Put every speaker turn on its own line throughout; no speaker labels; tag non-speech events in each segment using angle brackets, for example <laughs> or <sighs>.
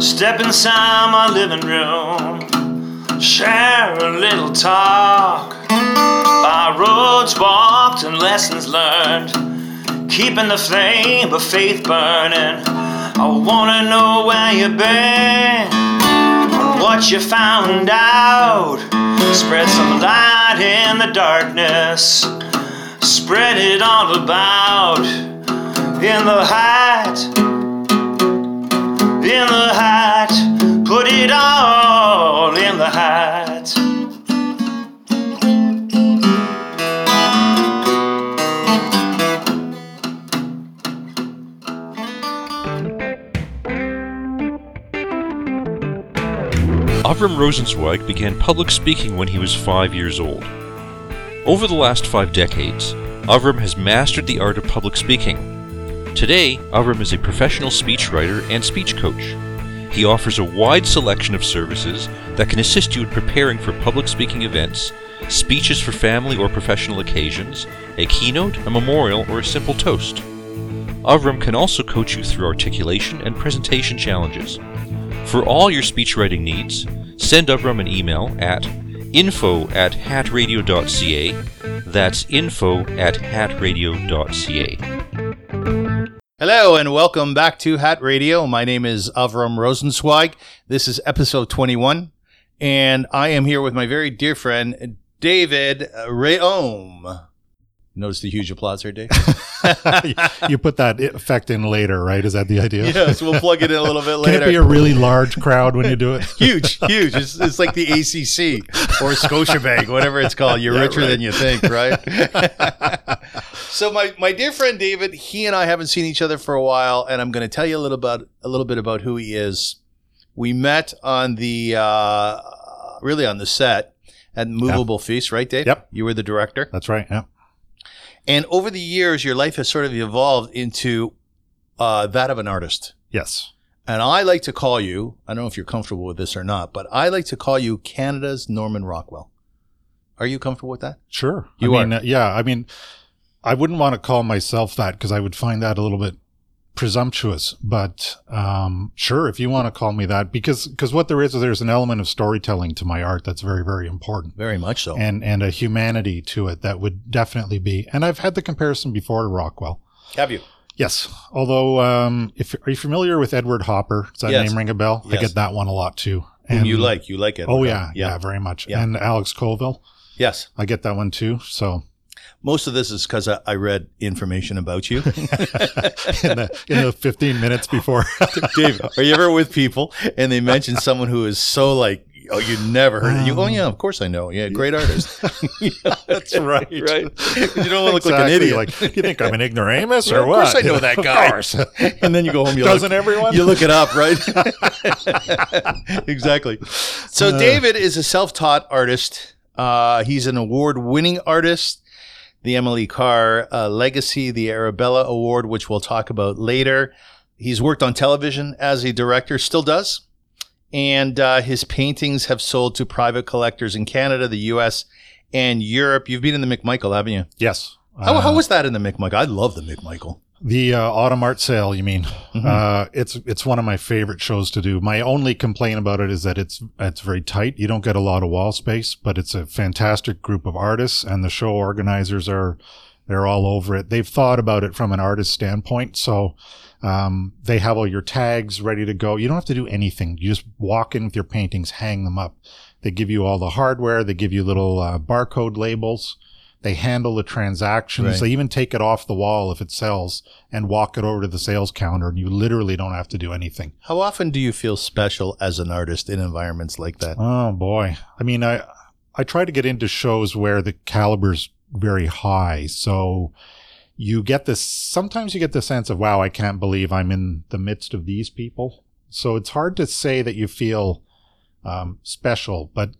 Step inside my living room, share a little talk. By roads walked and lessons learned, keeping the flame of faith burning. I wanna know where you've been, and what you found out. Spread some light in the darkness, spread it all about. In the height in the hat, put it all in the hat.
Avram Rosenzweig began public speaking when he was five years old. Over the last five decades, Avram has mastered the art of public speaking. Today, Avram is a professional speechwriter and speech coach. He offers a wide selection of services that can assist you in preparing for public speaking events, speeches for family or professional occasions, a keynote, a memorial, or a simple toast. Avram can also coach you through articulation and presentation challenges. For all your speechwriting needs, send Avram an email at info at hatradio.ca. That's info at hatradio.ca.
Hello and welcome back to Hat Radio. My name is Avram Rosenzweig. This is episode 21, and I am here with my very dear friend David Rayom. Notice the huge applause there,
<laughs>
Dave. <laughs>
you put that effect in later, right? Is that the <laughs> idea?
yes, we'll plug it in a little bit
Can
later.
it be a really large crowd when you do it? <laughs>
huge, huge. It's, it's like the ACC or Scotiabank, whatever it's called. You're richer than you think, right? <laughs> so my my dear friend David, he and I haven't seen each other for a while, and I'm going to tell you a little about a little bit about who he is. We met on the uh, really on the set at Movable Feast, right, Dave?
Yep.
You were the director.
That's right. Yeah.
And over the years, your life has sort of evolved into uh, that of an artist.
Yes.
And I like to call you, I don't know if you're comfortable with this or not, but I like to call you Canada's Norman Rockwell. Are you comfortable with that?
Sure.
You
I
are.
mean, uh, yeah. I mean, I wouldn't want to call myself that because I would find that a little bit presumptuous. But um, sure, if you want to call me that, because because what there is, there's an element of storytelling to my art that's very very important.
Very much so.
And, and a humanity to it that would definitely be. And I've had the comparison before to Rockwell.
Have you?
Yes. Although, um, if are you familiar with Edward Hopper? Does that
Yes.
name ring a bell? I
Yes.
get that one a lot too.
Whom you like. You like it.
Oh yeah, yeah,
Yeah.
very much.
Yeah.
And Alex Colville,
Yes.
I get that one too.
<laughs>
So
Most of this is because I, I read information about you. <laughs>
in the in the fifteen
<laughs>
minutes before,
Dave, are you ever with people and they mention someone who is so like, oh, you never heard of you? Oh, yeah, of course I know. Yeah, great artist.
that's <laughs> right.
right? You don't want to look like an idiot.
Like, do you think <laughs> I'm an ignoramus or
of
what?
course I know that guy.
<laughs> Of course.
<laughs> and then you go home. You
Doesn't
look,
everyone?
You look it up, right? <laughs> exactly. So
Uh.
David is a self-taught artist. Uh, he's an award-winning artist. The Emily Carr uh, Legacy, the Arabella Award, which we'll talk about later. He's worked on television as a director, still does. And uh, his paintings have sold to private collectors in Canada, the US, and Europe. You've been in the McMichael, haven't you?
Yes.
How,
Uh,
how was that in the McMichael? I love the McMichael.
The uh, autumn art sale, you mean?
Mhm.
Uh, it's it's one of my favorite shows to do. My only complaint about it is that it's it's very tight. You don't get a lot of wall space, but it's a fantastic group of artists, and the show organizers are they're all over it. They've thought about it from an artist standpoint, so um, they have all your tags ready to go. You don't have to do anything. You just walk in with your paintings, hang them up. They give you all the hardware. They give you little uh, barcode labels. They handle the transactions.
Right.
They even take it off the wall if it sells and walk it over to the sales counter, and you literally don't have to do anything.
How often do you feel special as an artist in environments like that?
Oh boy! I mean, I I try to get into shows where the caliber's very high, so you get this. Sometimes you get the sense of, wow, I can't believe I'm in the midst of these people. So it's hard to say that you feel um, special, but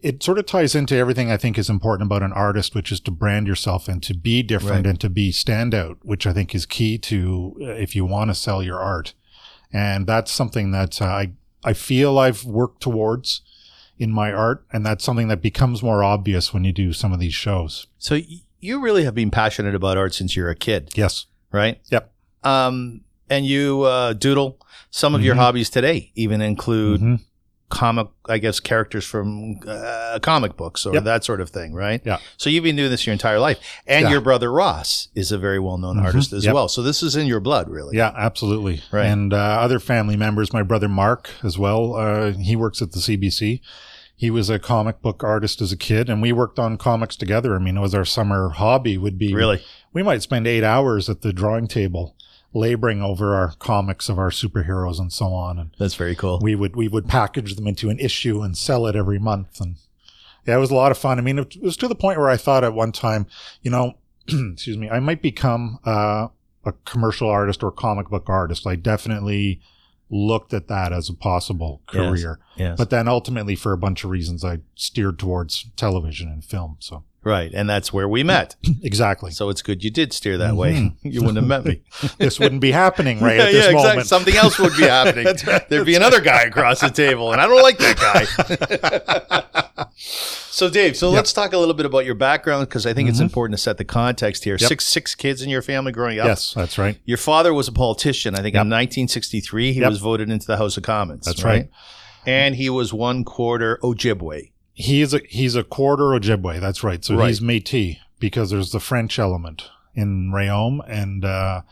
it sort of ties into everything I think is important about an artist, which is to brand yourself and to be different
Right.
and to be standout, which I think is key to uh, if you want to sell your art. And that's something that uh, I I feel I've worked towards in my art, and that's something that becomes more obvious when you do some of these shows.
So y- you really have been passionate about art since you were a kid,
Yes.
right?
Yep.
Um, and you uh, doodle. Some of your
Mhm.
hobbies today even include
Mhm.
comic, I guess, characters from uh, comic books or
Yep.
that sort of thing, right?
Yeah.
So you've been doing this your entire life, and
Yeah.
your brother Ross is a very well-known
Mhm.
artist as
Yep.
well. So this is in your blood, really.
Yeah, absolutely.
Right.
And uh, other family members, my brother Mark as well. Uh, he works at the CBC. He was a comic book artist as a kid, and we worked on comics together. I mean, it was our summer hobby. Would be
Really.
we might spend eight hours at the drawing table, laboring over our comics of our superheroes and so on. And
That's very cool.
we would we would package them into an issue and sell it every month and yeah it was a lot of fun i mean it was to the point where i thought at one time you know <clears throat> excuse me i might become uh, a commercial artist or comic book artist i definitely looked at that as a possible
Yes.
career
yes.
but then ultimately for a bunch of reasons i steered towards television and film so <clears throat>
right. And that's where we met.
exactly
So it's good you did steer that
Mm-hmm.
way. <laughs> you wouldn't have met me.
<laughs> this wouldn't be
<laughs>
happening right at this
exactly.
moment
Something else would be <laughs> happening. There'd be another guy across the table, and I don't like that guy. <laughs> so, Dave, so
Yeah.
let's talk a little bit about your background because I think it's
Mhm.
important to set the context here.
Yep.
Six six kids in your family growing up.
yes that's right
Your father was a politician. I think
Yep.
in 1963 he
Yep.
was voted into the House of Commons.
That's right.
And he was one quarter Ojibwe.
He's a he's a quarter Ojibwe. That's right. So
Right.
he's Métis because there's the French element in Rayom, and uh,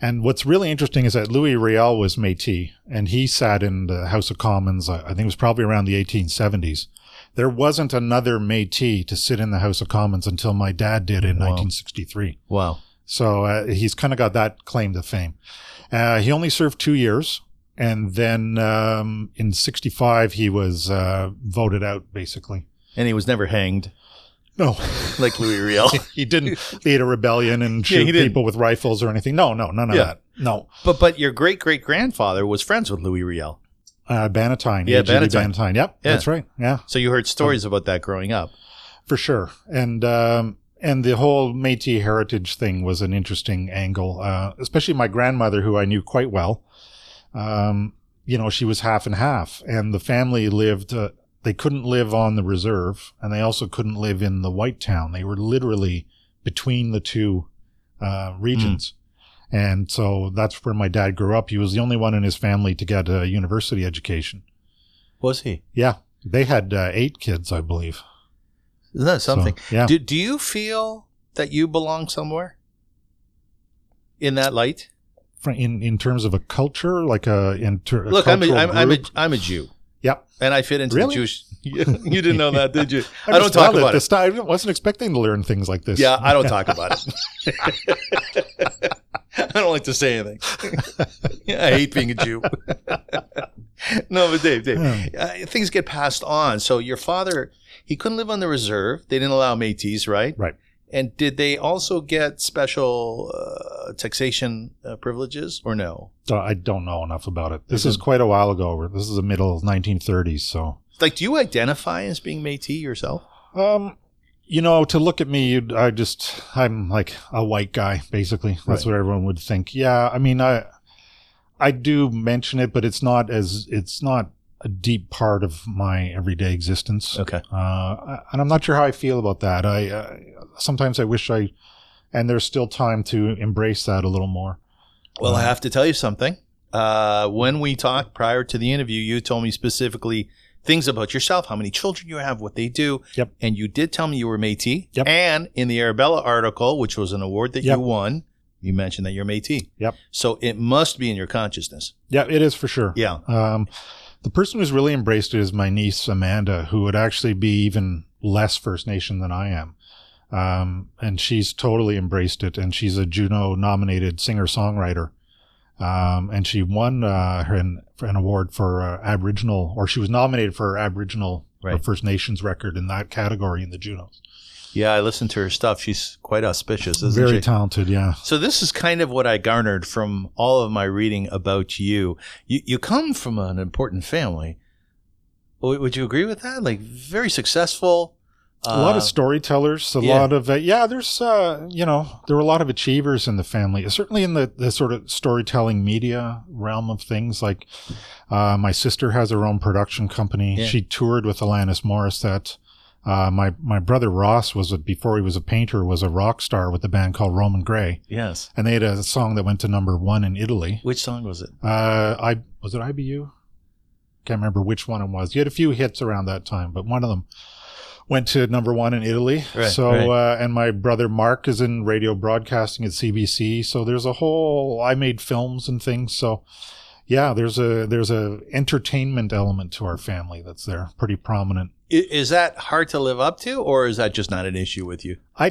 and what's really interesting is that Louis Riel was Métis, and he sat in the House of Commons. I I think it was probably around the 1870s. There wasn't another Métis to sit in the House of Commons until my dad did in
Wow.
1963.
Wow.
So uh, he's kind of got that claim to fame. Uh, he only served two years. And then um, in 65, he was uh, voted out, basically.
And he was never hanged <laughs>
No,
like Louis <laughs> Riel.
<laughs> he didn't lead a rebellion and
Yeah, he
shoot
didn't.
people with rifles or anything. No, no, none of
Yeah.
that. No,
but but your great great grandfather was friends with Louis Riel.
uh, Bannatyne.
Yeah,
AGB
Bannatyne.
Bannatyne. Yep,
Yeah.
that's right. Yeah,
So you heard stories about that growing up.
for sure. And um, and the whole Métis heritage thing was an interesting angle, uh, especially my grandmother, who I knew quite well. Um, you know, she was half and half, and the family lived. Uh, they couldn't live on the reserve, and they also couldn't live in the White Town. They were literally between the two uh, regions. And so that's where my dad grew up. He was the only one in his family to get a university education.
Was he?
Yeah. They had uh, eight kids, I believe.
Isn't that
So,
something?
yeah.
Do, do you feel that you belong somewhere in that light?
Fr- in in terms of a culture, like a inter.
Look, I'm a,
cultural
I'm, I'm, a,
group?
I'm a Jew.
Yep.
And I fit into the
Really? <laughs>
Jewish. <laughs> you didn't know that, did you? I don't
I'm
talk
astounded
about
this time. I wasn't expecting to learn things like this.
Yeah, I don't talk about it.
<laughs>
<laughs> I don't like to say anything. <laughs> I hate being a Jew. <laughs> no, but Dave, Dave,
Yeah.
uh, things get passed on. So your father, he couldn't live on the reserve. They didn't allow Métis, right?
Right.
And did they also get special uh, taxation uh, privileges or no?
So I don't know enough about it. This
Okay.
is quite a while ago. This is the middle of 1930s. So,
Like, do you identify as being Métis yourself?
um, you know, to look at me, you'd, I just I'm like a white guy, basically. That's
Right.
what everyone would think. Yeah, I mean, I I do mention it, but it's not as it's not a deep part of my everyday existence.
Okay.
uh, and I'm not sure how I feel about that. I uh, sometimes I wish I, and there's still time to embrace that a little more.
Well, I have to tell you something. Uh, when we talked prior to the interview, you told me specifically things about yourself, how many children you have, what they do.
Yep.
And you did tell me you were Métis.
Yep.
And in the Arabella article, which was an award that
Yep.
you won, you mentioned that you're Métis.
Yep.
So it must be in your consciousness.
Yeah, it is for sure.
Yeah.
Um, the person who's really embraced it is my niece Amanda, who would actually be even less First Nation than I am. Um, and she's totally embraced it, and she's a Juno-nominated singer-songwriter. Um, and she won uh, her an, for an award for uh, Aboriginal, or she was nominated for her Aboriginal or
Right.
First Nations record in that category in the Junos.
Yeah, I listened to her stuff. She's quite auspicious, isn't
Very
she?
talented, yeah.
so this is kind of what I garnered from all of my reading about you. You you come from an important family. W- Would you agree with that? Like very successful.
a lot
uh,
of storytellers a
yeah.
lot of uh, yeah there's uh you know there were a lot of achievers in the family certainly in the, the sort of storytelling media realm of things like uh, my sister has her own production company
Yeah.
she toured with alanis morissette Uh, my my brother Ross was a, before he was a painter was a rock star with a band called Roman Gray,
Yes.
and they had a song that went to number one in Italy.
Which song was it?
Uh, I was it IBU? Can't remember which one it was. You had a few hits around that time, but one of them went to number one in Italy.
Right,
so,
right.
Uh, and my brother Mark is in radio broadcasting at CBC. So there's a whole. I made films and things. So, yeah, there's a there's a entertainment element to our family that's there, pretty prominent.
I- Is that hard to live up to, or is that just not an issue with you?
I,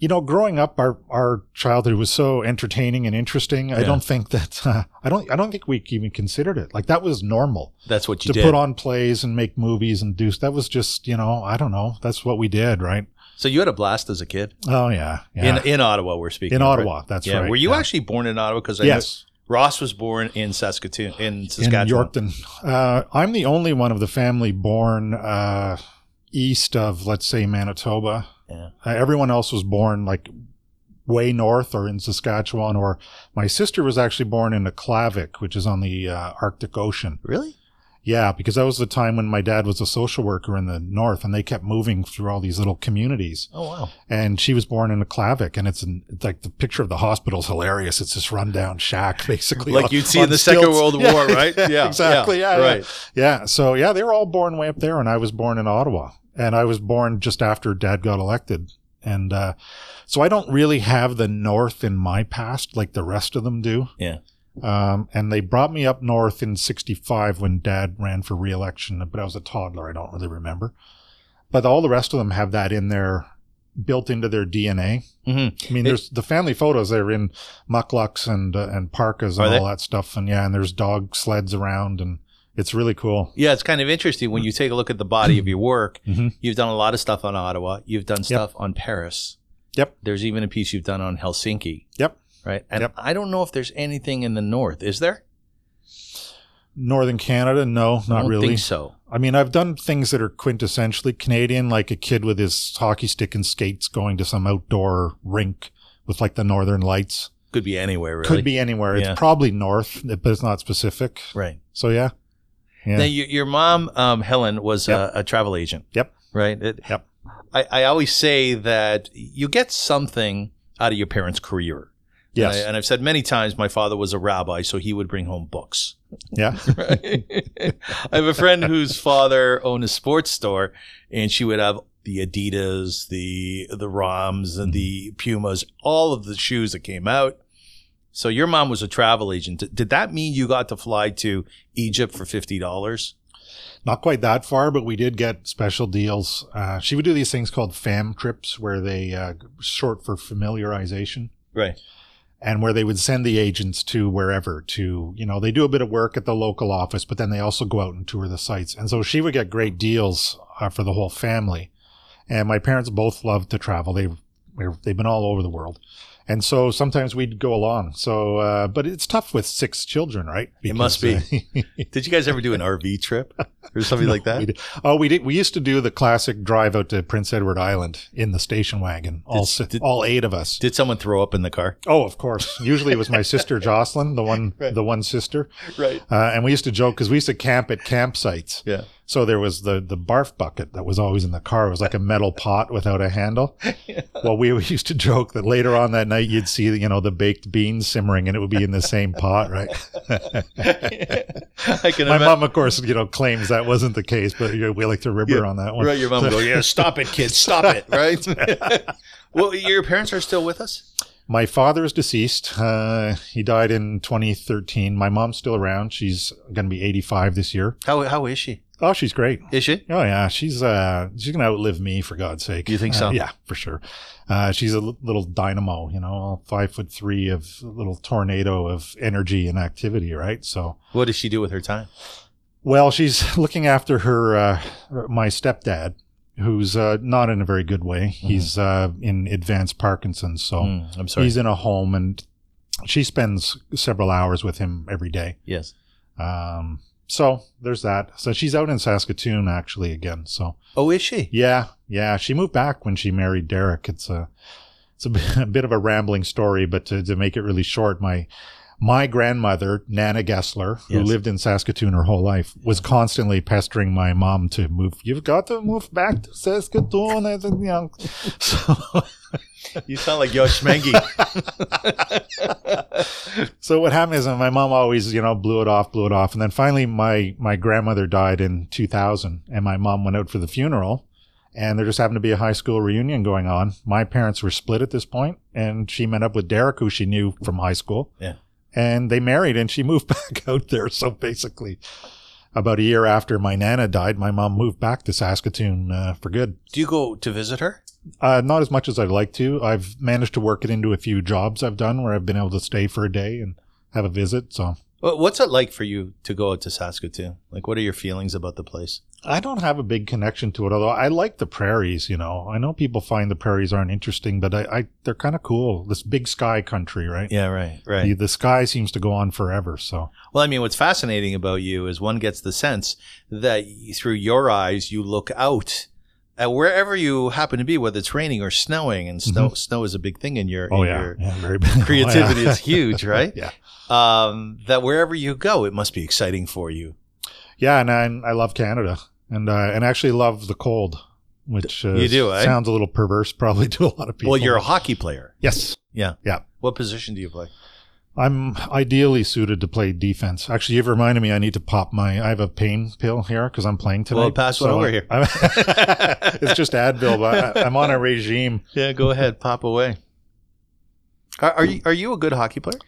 you know, growing up, our our childhood was so entertaining and interesting. I
Yeah.
don't think that <laughs> uh, I don't I don't think we even considered it like that was normal.
That's what you
to
did.
put on plays and make movies and do that was just you know I don't know that's what we did right
so you had a blast as a kid
oh yeah yeah
in in Ottawa. We're
in,
speaking of, right?
Ottawa that's
Yeah.
right
Were you
yeah.
actually born in Ottawa? Because
yes
Ross was born in Saskatoon, in
in
Saskatchewan.
Yorkton uh, I'm the only one of the family born uh, east of let's say Manitoba
Yeah.
uh, everyone else was born like way north or in Saskatchewan or my sister was actually born in Aklavik which is on the uh, Arctic Ocean
Really?
Yeah, because that was the time when my dad was a social worker in the north, and they kept moving through all these little communities.
Oh wow.
And she was born in a Klavik, and it's, an, it's like the picture of the hospital's hilarious. It's this rundown shack, <laughs> basically,
Like
on-
you'd see in
on
the Second
stilts.
World
Yeah,
War,
<laughs>
right? Yeah,
exactly. Yeah, yeah.
right.
Yeah. So yeah, they were all born way up there, and I was born in Ottawa, and I was born just after Dad got elected, and uh, so I don't really have the North in my past like the rest of them do.
Yeah.
Um, and they brought me up north in '65 when Dad ran for re-election, but I was a toddler. I don't really remember. But all the rest of them have that in their built into their DNA.
Mhm.
I mean,
It-
there's the family photos. They're in mucklucks and uh, and parkas and
Are
all
they?
that stuff. And yeah, and there's dog sleds around, and it's really cool.
Yeah, it's kind of interesting when you take a look at the body
<clears throat>
of your work.
Mhm.
You've done a lot of stuff on Ottawa. You've done stuff on Paris.
Yep.
There's even a piece you've done on Helsinki.
Yep.
Right. And
Yep.
I don't know if there's anything in the north. Is there?
Northern Canada, no,
I
not
don't
really.
Think so.
I mean, I've done things that are quintessentially Canadian, like a kid with his hockey stick and skates going to some outdoor rink with like the northern lights.
Could be anywhere. Really.
Could be anywhere.
Yeah.
It's probably north, but it's not specific.
Right.
So yeah, yeah.
Now, your, your mom, um, Helen, was
Yep.
a, a travel agent.
Yep.
Right. It-
Yep.
I, I always say that you get something out of your parents' career.
yes,
And, I, have said many times my father was a rabbi, so he would bring home books.
yeah.
<laughs> Right? I have a friend whose father owned a sports store, and she would have the Adidas, the the Roms, and the
Mm-hmm.
Pumas, all of the shoes that came out. So your mom was a travel agent. Did- Did that mean you got to fly to Egypt for fifty dollars?
not quite that far, but we did get special deals. Uh, she would do these things called fam trips, where they uh, short for familiarization.
Right.
and where they would send the agents to wherever to, you know, they do a bit of work at the local office, but then they also go out and tour the sites. And so she would get great deals uh, for the whole family. And my parents both loved to travel. They we're- they've been all over the world. And so sometimes we'd go along. So, uh, but it's tough with six children, right?
It must
be.
Did you guys ever do an RV trip or
<laughs>
something like that?
We did- oh, we did. We used to do the classic drive out to Prince Edward Island in the station wagon. All
Did-
si-
did-
all eight of us.
Did someone throw up in the car?
oh, of course. Usually it was my sister Jocelyn, the one,
<laughs> Right.
the one sister.
Right.
Uh, and we used to joke because we used to camp at campsites.
Yeah.
So there was the the barf bucket that was always in the car. It was like a metal pot without a handle. Well, we <laughs> used to joke that later on that night you'd see you know the baked beans simmering and it would be in the same pot, right?
<laughs> I can
My
imagine.
mom, of course, you know, claims that wasn't the case, but you know, we like to rib her on that one.
Right, your mom would go, yeah, stop it, kid, stop <laughs> it, right? <laughs> well, your parents are still with us?
My father is deceased. Uh, he died in 2013. My mom's still around. She's going to be 85 this year.
How, how is she?
Oh, she's great.
Is she?
Oh yeah, she's uh she's gonna outlive me for God's sake.
You think
Uh,
so?
yeah, for sure. Uh, she's a l- little dynamo, you know, all five foot three of a little tornado of energy and activity, right? So,
What does she do with her time?
well, she's <laughs> looking after her uh, my stepdad, who's uh, not in a very good way. He's uh, in advanced Parkinson's, so
Mm-hmm. Mm, I'm sorry.
he's in a home, and she spends several hours with him every day.
Yes.
Um, so there's that. So she's out in Saskatoon actually again. So.
Oh, is she?
Yeah, yeah. She moved back when she married <laughs> Derek. It's a it's a, b- a bit of a rambling story, but to, to make it really short, my my grandmother, Nana Gessler, who
Yes.
lived in Saskatoon her whole life, was constantly pestering my mom to move. You've got to move back to Saskatoon. I think, you know. <laughs> So,
<laughs> You sound like Yo Schmengi.
so what happened is that my mom always, you know, blew it off, blew it off, and then finally my my grandmother died in 2000, and my mom went out for the funeral, and there just happened to be a high school reunion going on. My parents were split at this point, and she met up with Derek, who she knew from high school.
Yeah.
and they married, and she <laughs> moved back out there. So basically, about a year after my nana died, my mom moved back to Saskatoon uh, for good.
<laughs> Do you go to visit her?
Uh, not as much as I'd like to. I've managed to work it into a few jobs I've done where I've been able to stay for a day and have a visit. So
Wha- What's it like for you to go out to Saskatoon? Like, what are your feelings about the place?
I don't have a big connection to it, although I like the prairies. You know, I know people find the prairies aren't interesting, but I, I they're kind of cool. This big sky country, right?
Yeah, right,
The, the sky seems to go on forever. So
Well, I mean, what's fascinating about you is one gets the sense that y- through your eyes, you look out at wherever you happen to be, whether it's raining or snowing, and snow snow is a big thing in your,
oh
in
yeah,
your
yeah
<laughs>
very big. <laughs>
creativity is huge, right?
yeah,
Um, that wherever you go, it must be exciting for you.
yeah, and I, I love Canada, and uh, and I actually love the cold, which uh,
You do, eh?
sounds a little perverse probably <laughs> to a lot of people.
Well, you're a
but-
hockey player.
yes.
Yeah.
Yeah.
What position do you play?
I'm ideally suited to play defense. Actually, you've reminded me I need to pop my. I have a pain pill here because I'm playing today.
Well, pass one over here.
I'm- <laughs> <laughs> it's just Advil, but I, I'm on a regime.
<laughs> Yeah, go ahead, pop away. Are, are you are you a good hockey player?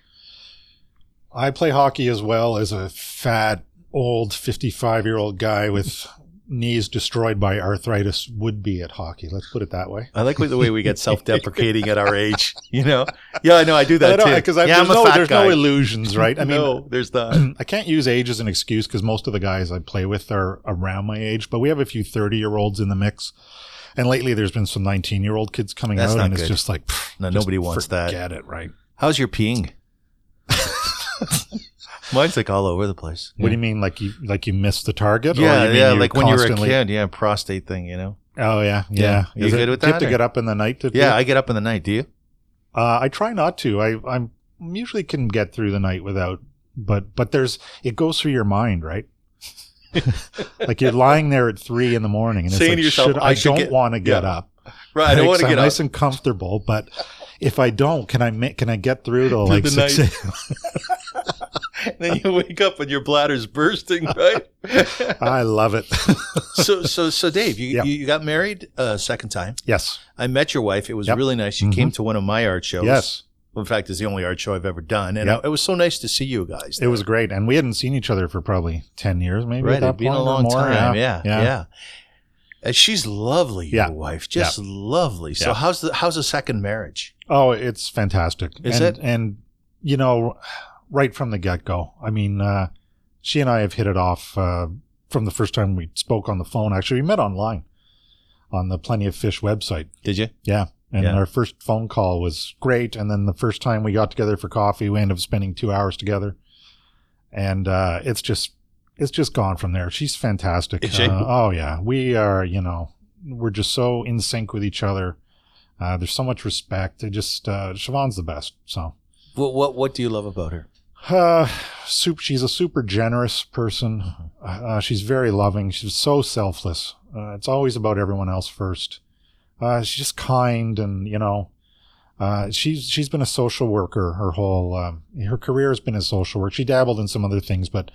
I play hockey as well as a fat old 55 year old guy with knees destroyed by arthritis would be at hockey. Let's put it that way.
I like the way we get self deprecating at our age.
<laughs>
You know? Yeah, I know. I do
I
that
don't-
too.
'cause I-
yeah,
there's
I'm a
no,
fat
there's
guy.
no illusions,
<laughs>
right? I mean,
no, there's the
<clears throat> I can't use age as an excuse because most of the guys I play with are around my age, but we have a few 30 year olds in the mix. And lately there's been some 19 year old kids coming
That's
out,
not
and
good.
it's just like, pff,
No,
just
nobody wants that.
Forget it, right?
How's your
<laughs>
peeing? Mine's like all over the place.
What do you mean? Like you, like you missed the target?
Yeah,
Oh, you mean
yeah,
you
like when you were a
constantly-
kid, yeah, prostate thing, you know.
Oh, yeah.
Yeah.
Yeah.
You
Is
good with
do You have
that,
to
or-
get up in the night to do
Yeah, I get up in the night. Do you?
Uh, I try not to. I I'm usually can get through the night without, but but there's it goes through your mind, right?
<laughs>
like you're lying there at three in the morning and
Saying
it's
to yourself,
like, should, I,
I should
don't
get-
want to get
Yeah.
up.
Right,
Like, so I'm nice and comfortable, but if I don't, can I make can I get through
<laughs>
to like
the
six?
night. <laughs> then you wake up and your bladder's bursting,
<laughs>
right?
<laughs> I
<laughs>
love it.
so, so, so, Dave, you
Yeah.
you, you got married a uh, second time.
yes,
I met your wife. It was
Yep. Mm-hmm.
really nice. You came to one of my art shows.
yes,
in fact, it's the only art show I've ever done, and
Yep.
I, it was so nice to see you guys.
it was great, and we hadn't seen each other for probably ten years, maybe.
right.
at that
It'd been a
point or
long
more.
time. Yeah, yeah.
yeah.
And she's lovely,
Yeah.
your wife, just lovely. So
Yeah.
how's the how's the second marriage?
Oh, it's fantastic.
Is
and,
it?
And you know, right from the get go. I mean, uh, she and I have hit it off uh, from the first time we spoke on the phone. Actually, we met online on the Plenty of Fish website,
Did you?
and
Yeah.
our first phone call was great. And then the first time we got together for coffee, we ended up spending two hours together, and uh, it's just it's just gone from there. She's fantastic.
Is she?
Uh, oh yeah, we are. You know, we're just so in sync with each other. Uh, there's so much respect. It just uh, Siobhan's the best. So
What what what do you love about her?
uh, soup. She's a super generous person. Uh, she's very loving. She's so selfless. Uh, it's always about everyone else first. Uh, she's just kind, and you know, uh, she's she's been a social worker her whole um, her career has been in social work. She dabbled in some other things, but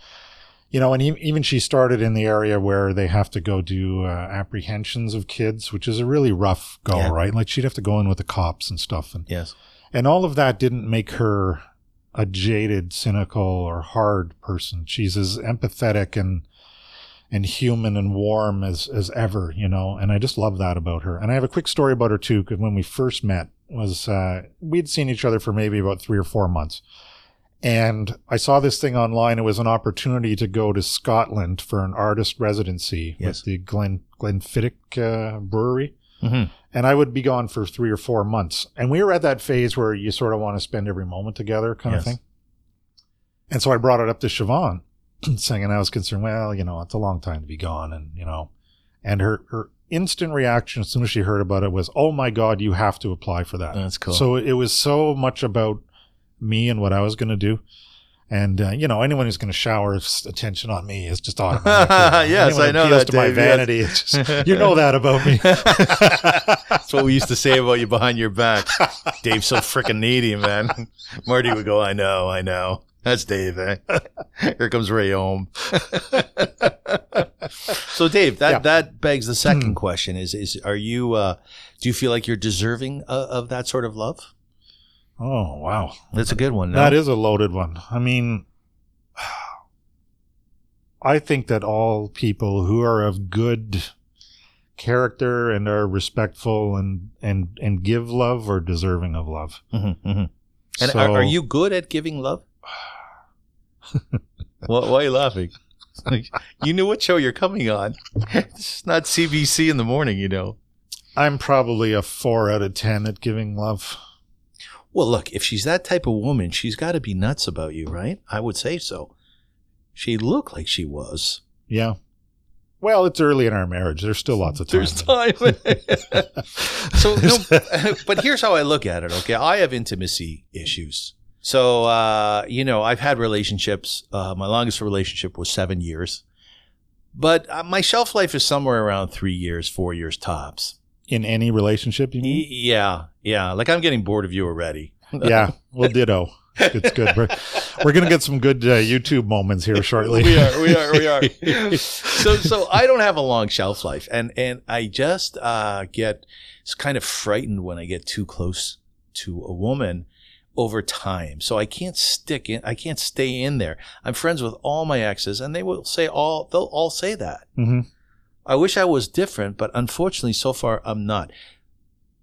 you know, and e- even she started in the area where they have to go do uh, apprehensions of kids, which is a really rough go,
Yeah.
right? Like she'd have to go in with the cops and stuff, and
Yes.
and all of that didn't make her a jaded, cynical, or hard person. She's as empathetic and and human and warm as as ever, you know. And I just love that about her. And I have a quick story about her too, because when we first met, was uh, we'd seen each other for maybe about three or four months. And I saw this thing online. It was an opportunity to go to Scotland for an artist residency
Yes.
with the Glen Glenfiddich uh, Brewery
Mhm.
and I would be gone for three or four months. And we were at that phase where you sort of want to spend every moment together, kind
Yes.
of thing. And so I brought it up to Siobhan, <clears throat> saying, and I was concerned, well, you know, it's a long time to be gone. And, you know, and her, her instant reaction as soon as she
Uh, <laughs>
heard about it was, oh my God, you have to apply for that.
That's cool.
So it was so much about me and what I was going to do. And uh, you know, anyone who's going to shower s- attention on me is
<laughs>
just automatic.
Yes,
Anyone
I know
appeals
that,
to my
Dave, yes.
vanity. It's just, you know that
<laughs>
about me.
That's what we used to say about you behind your back. Dave's so freaking needy,
<laughs>
man. Marty would go, I know, I know. That's Dave, eh? Here comes Ray Ohm. so Dave, that,
Yeah. Hmm.
that begs the second question is is are you uh, do you feel like you're deserving of, of that sort of love?
<laughs> oh wow,
That's a good one.
that is a loaded one. I mean, <sighs> I think that all people who are of good character and are respectful and and and give love are deserving of love.
Mm-hmm, And
So-
are, are you good at giving
<sighs>
love? why, why are you laughing? you knew what show you're coming on. <laughs> It's not CBC in the morning, you know.
I'm probably a four out of ten at giving love.
Well, look, if she's that type of woman, she's got to be nuts about you, right? I would say so. She looked like she was.
Yeah. Well, it's early in our marriage. There's still lots of time.
There's time. <laughs> so, <laughs> no, but here's how I look at it. Okay, I have intimacy issues. So, uh, you know, I've had relationships. Uh, my longest relationship was seven years, but uh, my shelf life is somewhere around three years, four years tops.
<laughs> in any relationship, you
Y-
mean?
yeah, yeah. Like I'm getting bored of you already.
yeah. Well, ditto. It's good. We're, we're gonna get some good uh, YouTube moments here
<laughs>
shortly.
We are, we are, we <laughs> are. so,
<laughs>
so I don't have a long shelf life, and and I just uh, get s- kind of frightened when I get too close to a woman over time. So I can't stick in. I can't stay in there. I'm friends with all my exes, and they will say all. They'll all say that.
Mhm.
I wish I was different, but unfortunately, so far I'm not.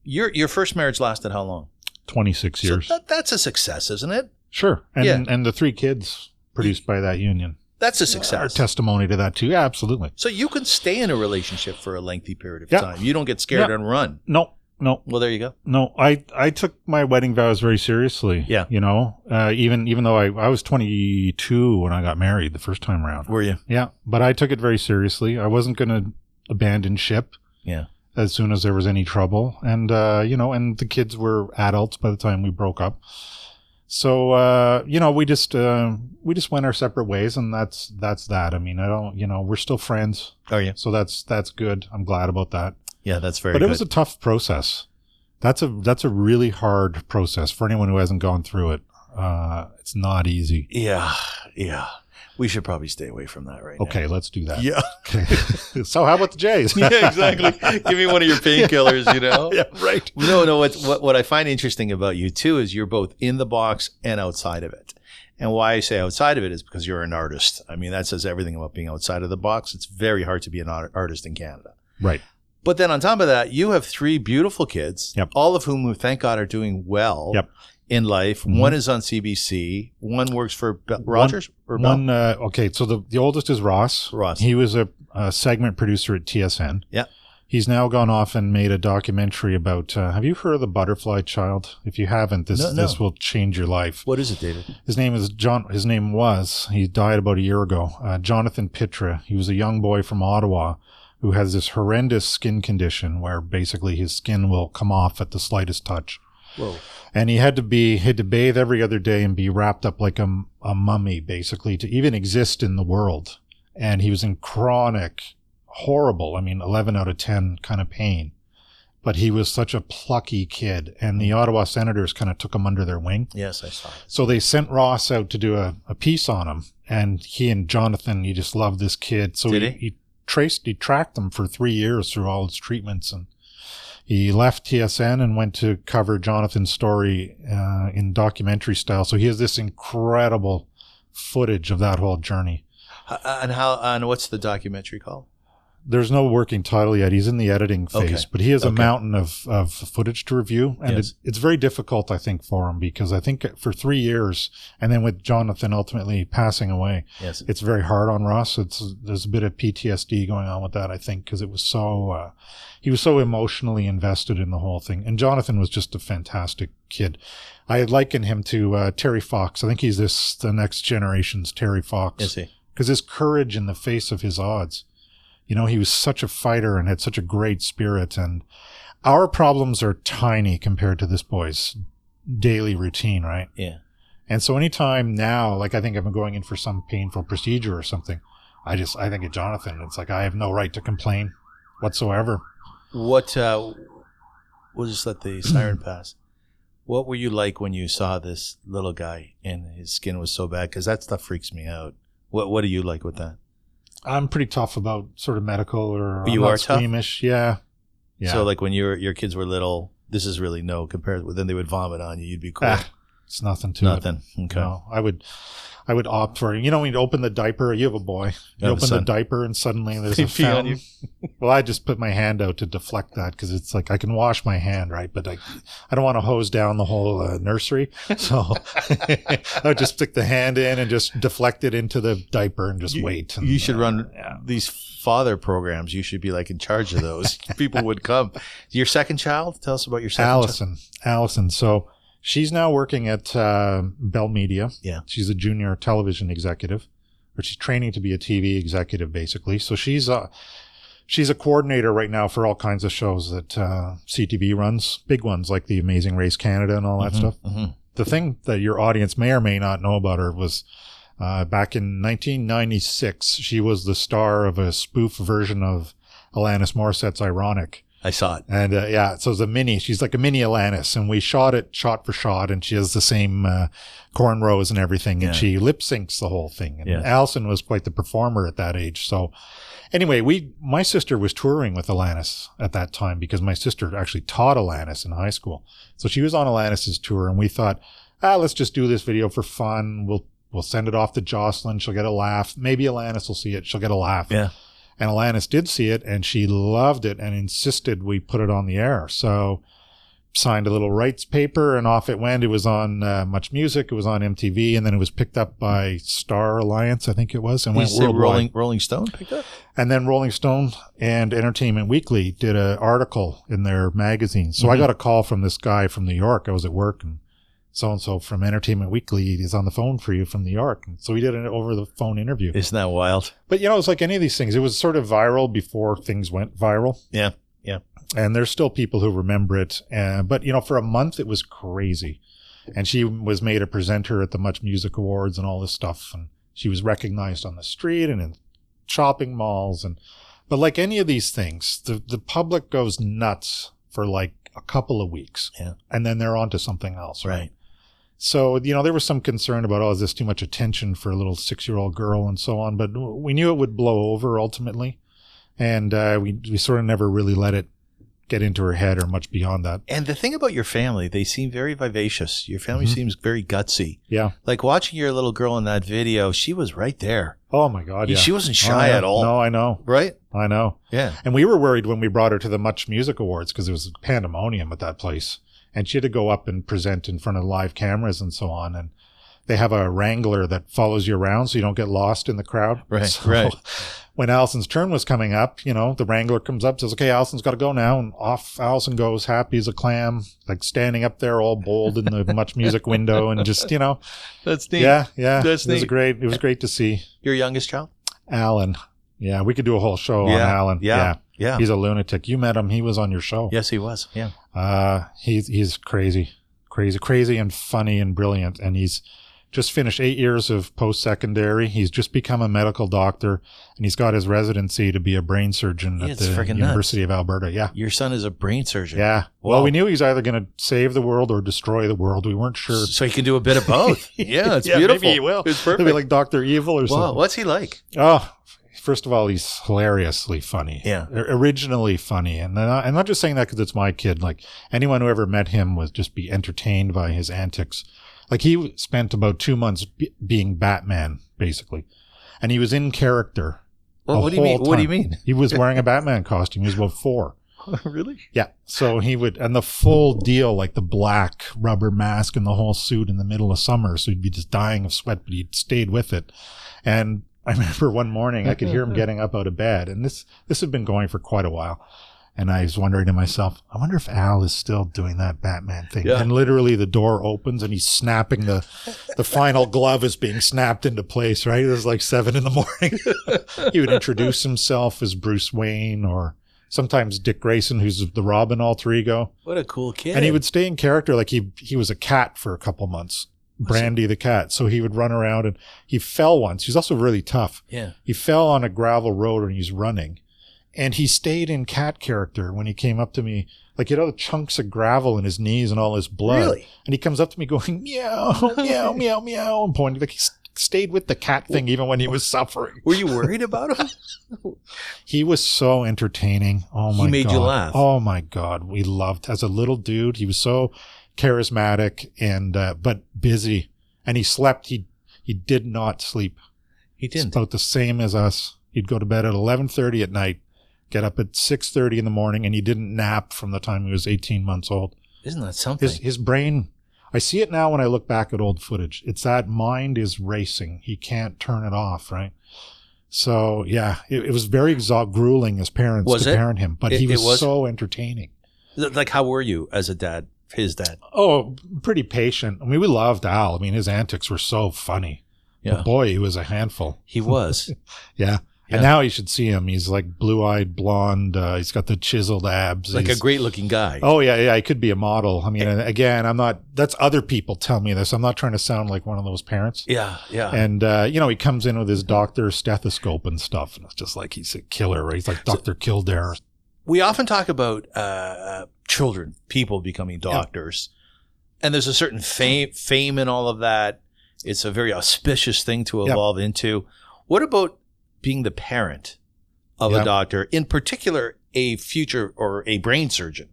Your your first marriage lasted how long?
Twenty-six
So
years.
that, that's a success, isn't it?
sure. And
Yeah.
and the three kids produced by that union
That's a
are
success.
testimony to that too. Yeah, absolutely.
So you can stay in a relationship for a lengthy period of
Yeah.
time. You don't get scared
Yeah.
and run.
No, no,
Well, there you go.
no. I I took my wedding vows very seriously.
Yeah.
You know, uh, even even though I I was twenty-two when I got married the first time around.
Were you?
Yeah, but I took it very seriously. I wasn't going to abandon ship.
Yeah.
As soon as there was any trouble, and uh, you know, and the kids were adults by the time we broke up. So uh, you know, we just uh, we just went our separate ways, and that's that's that. I mean, I don't, you know, we're still friends,
Are you?
so that's that's good. I'm glad about that.
Oh, Yeah, that's very
but
good.
it was a tough process. That's a that's a really hard process for anyone who hasn't gone through it. Uh, it's not easy.
yeah, yeah. We should probably stay away from that right
Okay, let's do
now. <laughs>
that.
Yeah.
Okay. <laughs> so how about the Jays?
yeah, exactly. Give me one of your painkillers, you <laughs> know?
yeah, right.
No, no. What, what what I find interesting about you too is you're both in the box and outside of it. And why I say outside of it is because you're an artist. I mean, that says everything about being outside of the box. It's very hard to be an art- artist in Canada.
Right.
But then on top of that, you have three beautiful kids,
Yep.
all of whom, thank God, are doing well
Yep.
in life.
Mhm.
One is on CBC. One works for Be-
One-
Rogers or Bell?
One, uh, okay, so the, the oldest is Ross.
Ross.
He was a, a segment producer at TSN.
Yeah.
He's now gone off and made a documentary about. Uh, have you heard of the Butterfly Child? If you haven't, this
No, no.
this will change your life.
What is it, David?
His name is John. His name was. He died about a year ago. Uh, Jonathan Pitra. He was a young boy from Ottawa who has this horrendous skin condition where basically his skin will come off at the slightest touch.
Whoa.
and he had to be had to bathe every other day and be wrapped up like a, a mummy basically to even exist in the world and he was in chronic horrible i mean 11 out of 10 kind of pain but he was such a plucky kid and the ottawa senators kind of took him under their wing
Yes, I saw.
so they sent ross out to do a, a piece on him and he and jonathan he just loved this kid so
Did
he,
he?
he traced he tracked him for three years through all his treatments and he left TSN and went to cover Jonathan's story uh, in documentary style. So he has this incredible footage of that whole journey.
H- uh, and how? And what's the documentary called?
There's no working title yet. He's in the editing
Okay.
phase, but he has a
Okay.
mountain of, of footage to review. And
Yes.
it, it's very difficult, I think, for him because I think for three years, and then with Jonathan ultimately passing away,
Yes.
it's very hard on Ross. It's there's a bit of PTSD going on with that, I think, because it was so uh, he was so emotionally invested in the whole thing. And Jonathan was just a fantastic kid. I liken him to uh, Terry Fox. I think he's this the next generation's Terry
Yes.
Fox
he-
because his courage in the face of his odds. You know, he was such a fighter and had such a great spirit. And our problems are tiny compared to this boy's daily routine, right?
Yeah.
And so anytime now, like I think if I'm going in for some painful procedure or something, I just I think of Jonathan. It's like I have no right to complain whatsoever.
What? Uh, we'll just let the
<clears throat>
siren pass. What were you like when you saw this little guy and his skin was so bad? Because that stuff freaks me out. What What are you like with that?
I'm pretty tough about sort of medical or
You
I'm not
are tough?
squeamish. Yeah. Yeah.
So like when your your kids were little, this is really no compared. Then they would vomit on you. You'd be cool.
Ah, it's nothing to it.
Nothing. Okay.
No, uh, I would, I would opt for you know when you open the diaper. You have a boy. You
have a
open the
son.
diaper and
<laughs>
suddenly there's
They
a
pee on
fountain. well, I just put my hand out to deflect that because it's like I can wash my hand right, but I, I don't want to hose down the whole uh, nursery. So <laughs> I would just stick the hand in and just deflect it into the diaper and just
You-
wait. And, uh,
You should run
Yeah.
these father programs. You should be like in charge of those. <laughs> People would come. Your second child? Tell us about your second child.
Allison. Allison. So she's now working at uh, Bell Media.
Yeah.
She's a junior television executive, or she's training to be a TV executive, basically. So she's a she's a coordinator right now for all kinds of shows that uh, CTV runs, big ones like The Amazing Race Canada and all that
Mhm,
stuff.
mhm.
The thing that your audience may or may not know about her was. Uh, back in 1996, she was the star of a spoof version of Alanis Morissette's Ironic.
I saw it.
And uh, yeah, so it's a mini. She's like a mini Alanis, and we shot it shot for shot, and she has the same uh, cornrows and everything,
Yeah.
and she lip syncs the whole thing. And
Yeah.
Allison was quite the performer at that age. So anyway, we my sister was touring with Alanis at that time because my sister actually taught Alanis in high school, so she was on Alanis's tour, and we thought, ah, let's just do this video for fun. We'll we'll send it off to Jocelyn. She'll get a laugh. Maybe Alanis will see it. She'll get a laugh.
Yeah.
And Alanis did see it and she loved it and insisted we put it on the air. So signed a little rights paper and off it went. It was on uh, Much Music, it was on MTV, and then it was picked up by Star Alliance, I think it was, and
You
went
say
worldwide.
Rolling Rolling Stone picked up.
And then Rolling Stone and Entertainment Weekly did an article in their magazine. So I
Mhm.
got a call from this guy from New York. I was at work and so and so from Entertainment Weekly is on the phone for you from New York. And so we did an over the phone interview.
Isn't that wild?
But you know, it's like any of these things. It was sort of viral before things went viral.
Yeah, yeah.
And there's still people who remember it. Uh, but you know, for a month it was crazy. And she was made a presenter at the Much Music Awards and all this stuff. And she was recognized on the street and in shopping malls. And but like any of these things, the the public goes nuts for like a couple of weeks.
Yeah.
And then they're onto something else.
Right.
So, you know, there was some concern about, oh, is this too much attention for a little six year old girl and so on. But we knew it would blow over ultimately. And uh, we, we sort of never really let it get into her head or much beyond that.
And the thing about your family, they seem very vivacious. Your family
Mhm.
seems very gutsy.
Yeah.
Like watching your little girl in that video, she was right there.
Oh, my God. Yeah.
She wasn't
Oh,
shy
yeah.
at all, right?
No, I know. I know.
Yeah.
And we were worried when we brought her to the Much Music Awards because it was pandemonium at that place. And she had to go up and present in front of live cameras and so on. And they have a wrangler that follows you around so you don't get lost in the crowd.
Right,
So
right.
<laughs> When Allison's turn was coming up, you know, the wrangler comes up, says, okay, Allison's got to go now. And off Allison goes, happy as a clam, like standing up there all bold
<laughs>
in the Much Music window and just, you know,
That's neat.
yeah, yeah.
That's
it was
neat.
great. It was great to see
Your youngest child?
Alan. Yeah, we could do a whole show on
Yeah,
Alan.
yeah. Yeah.
He's a lunatic. You met him. He was on your show.
yes, he was. Oh. Yeah.
Uh, he's he's crazy, crazy, crazy, and funny and brilliant. And he's just finished eight years of post secondary. He's just become a medical doctor, and he's got his residency to be a brain surgeon
Yeah,
at
it's
the
friggin' nuts.
University of Alberta. Yeah.
Your son is a brain surgeon.
Yeah. Well,
Wow.
we knew he was either going to save the world or destroy the world. We weren't sure.
So he can do a bit of both. <laughs> yeah, it's
Yeah, maybe
beautiful.
he will.
It's
Maybe
perfect.
like Doctor Evil or
wow,
something.
what's he like?
Oh, first of all, he's hilariously funny.
Yeah.
O- originally funny, and then I- I'm not just saying that because it's my kid. Like anyone who ever met him would just be entertained by his antics. Like he spent about two months be- being Batman, basically, and he was in character.
Well,
the
what do you mean?
whole
What do you
time.
mean?
He was wearing a Batman costume. He was about four.
really?
Yeah. So he would, and the full deal, like the black rubber mask and the whole suit in the middle of summer. So he'd be just dying of sweat, but he stayed with it. And <laughs> I remember one morning I could hear him getting up out of bed. And this, this had been going for quite a while. And I was wondering to myself, I wonder if Al is still doing that Batman thing.
Yeah.
And literally the door opens and he's snapping the, the final glove is being snapped into place, right? It was like seven in the morning. <laughs> he would introduce himself as Bruce Wayne or sometimes Dick Grayson, who's the Robin alter ego.
What a cool kid.
And he would stay in character like he he was a cat for a couple months. Brandy the cat. So he would run around and he fell once. He's also really tough.
Yeah.
He fell on a gravel road and he's running. And he stayed in cat character when he came up to me. Like, you know, the chunks of gravel in his knees and all his blood.
Really?
And he comes up to me going, meow, meow, meow, meow, and pointing. Like, he s- stayed with the cat thing even when he was suffering.
Were
<laughs>
you worried about him?
He was so entertaining. Oh my god.
made you laugh.
Oh my god. We loved as a little dude. He was so charismatic and uh, but busy. And he slept. He he did not sleep.
He
It's
didn't.
about the same as us. He'd go to bed at eleven thirty at night, get up at six thirty in the morning, and he didn't nap from the time he was eighteen months old.
Isn't that something?
His his brain I see it now when I look back at old footage. It's that mind is racing. He can't turn it off, right? So yeah, it, it was very exau- grueling as parents
Was
to
it?
parent him, but
It-
he
it
was,
was?
so entertaining.
Th- Like, how were you as a dad? His dad.
Oh, pretty patient. I mean, we loved Al. I mean, his antics were so funny.
Yeah.
But boy, he was a handful.
He
<laughs>
was.
Yeah.
Yeah.
And now you should see him. He's like blue-eyed, blonde. Uh, he's got the chiseled abs.
like a
He's-
great looking guy.
Oh yeah, yeah, I could be a model. I mean, and again, I'm not. That's other people tell me this. I'm not trying to sound like one of those parents.
Yeah, yeah.
And uh, you know, he comes in with his doctor stethoscope and stuff, and it's just like he's a killer. Right? He's like Doctor Kildare.
we often talk about uh, uh, children, people becoming doctors, and there's a certain fame, fame in all of that. It's a very auspicious thing to
Yeah.
evolve into. What about being the parent of
Yeah.
a doctor, in particular, a future or a brain surgeon?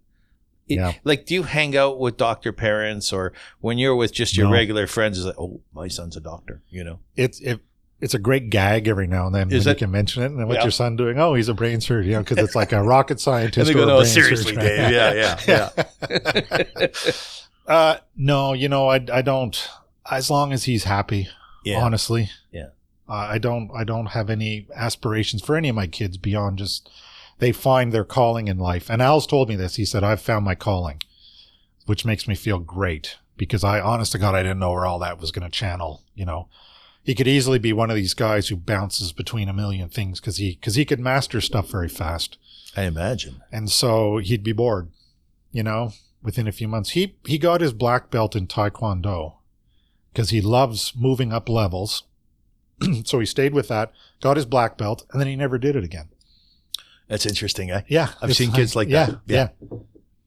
It-
Yeah.
Like, do you hang out with doctor parents, or when you're with just your
No.
regular friends? Is like, oh, my son's a doctor, you know?
It's it, it's a great gag every now and
Is
then when
it?
you can mention it, and then what's
Yeah.
your son doing? Oh, he's a brain surgeon, you know, because it's like
<laughs>
a rocket scientist. or a brain surgeon.
"Oh, Yeah,
<laughs>
yeah, yeah.
uh, no, you know, I I don't. As long as he's happy,
yeah.
honestly.
Yeah.
Uh, I don't I don't have any aspirations for any of my kids beyond just they find their calling in life. And Al's told me this. He said, I've found my calling, which makes me feel great because I honest to God I didn't know where all that was gonna channel, you know. He could easily be one of these guys who bounces between a million things because he because he could master stuff very fast.
I imagine.
And so he'd be bored, you know, within a few months. He he got his black belt in Taekwondo because he loves moving up levels. <clears throat> so he stayed with that, got his black belt, and then he never did it again.
That's interesting. I,
Yeah.
I've
it's
seen
fun.
kids like
yeah,
that.
Yeah.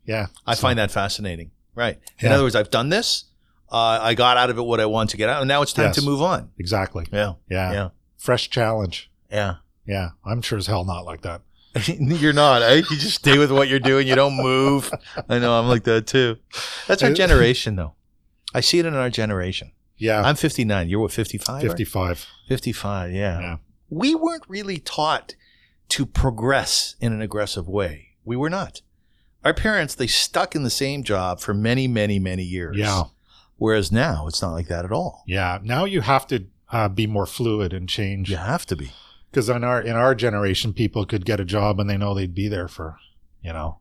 Yeah.
I
So-
find that fascinating. Right. In
Yeah.
other words, I've done this. Uh, I got out of it what I want to get out, and now it's time
Yes.
to move on.
exactly.
Yeah.
Yeah.
Yeah.
Fresh challenge.
Yeah.
Yeah. I'm sure as hell not like that.
<laughs> you're not. Eh? You just stay with what you're doing. You don't move. <laughs> I know. I'm like that too. That's our generation, though. I see it in our generation.
Yeah.
I'm 59. You're what, 55?
55.
55. Yeah.
Yeah.
We weren't really taught to progress in an aggressive way. We were not. Our parents, they stuck in the same job for many, many, many years.
Yeah.
Whereas now it's not like that at all.
Yeah. Now you have to uh, be more fluid and change.
You have to be.
because in our in our generation, people could get a job and they know they'd be there for, you know,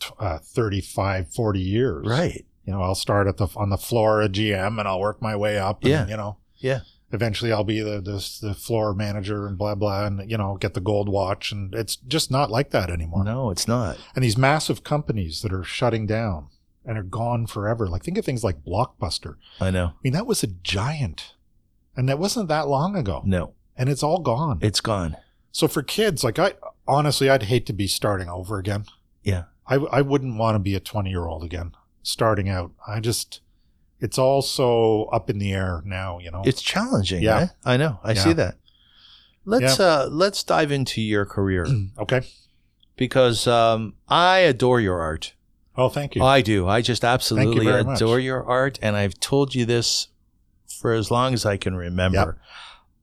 t- uh, 35, 40 years.
Right.
You know, I'll start at the on the floor of GM and I'll work my way up.
Yeah.
And, you know.
Yeah.
Eventually, I'll be the, the the floor manager and blah blah, and you know, get the gold watch, and it's just not like that anymore.
No, it's not.
And these massive companies that are shutting down and are gone forever. Like think of things like Blockbuster.
I know.
I mean, that was a giant, and that wasn't that long ago,
No,
and it's all gone.
it's gone.
So for kids, like I honestly, I'd hate to be starting over again.
Yeah.
I, I wouldn't want to be a 20 year old again starting out. I just, it's all so up in the air now, you know?
It's challenging.
Yeah.
eh? I know. I
Yeah.
see that. Let's uh let's dive into your
<clears throat>
career
okay.
because um I adore your art.
Oh, thank you.
I do. I just absolutely
very much.
adore your art and I've told you this for as long as I can remember.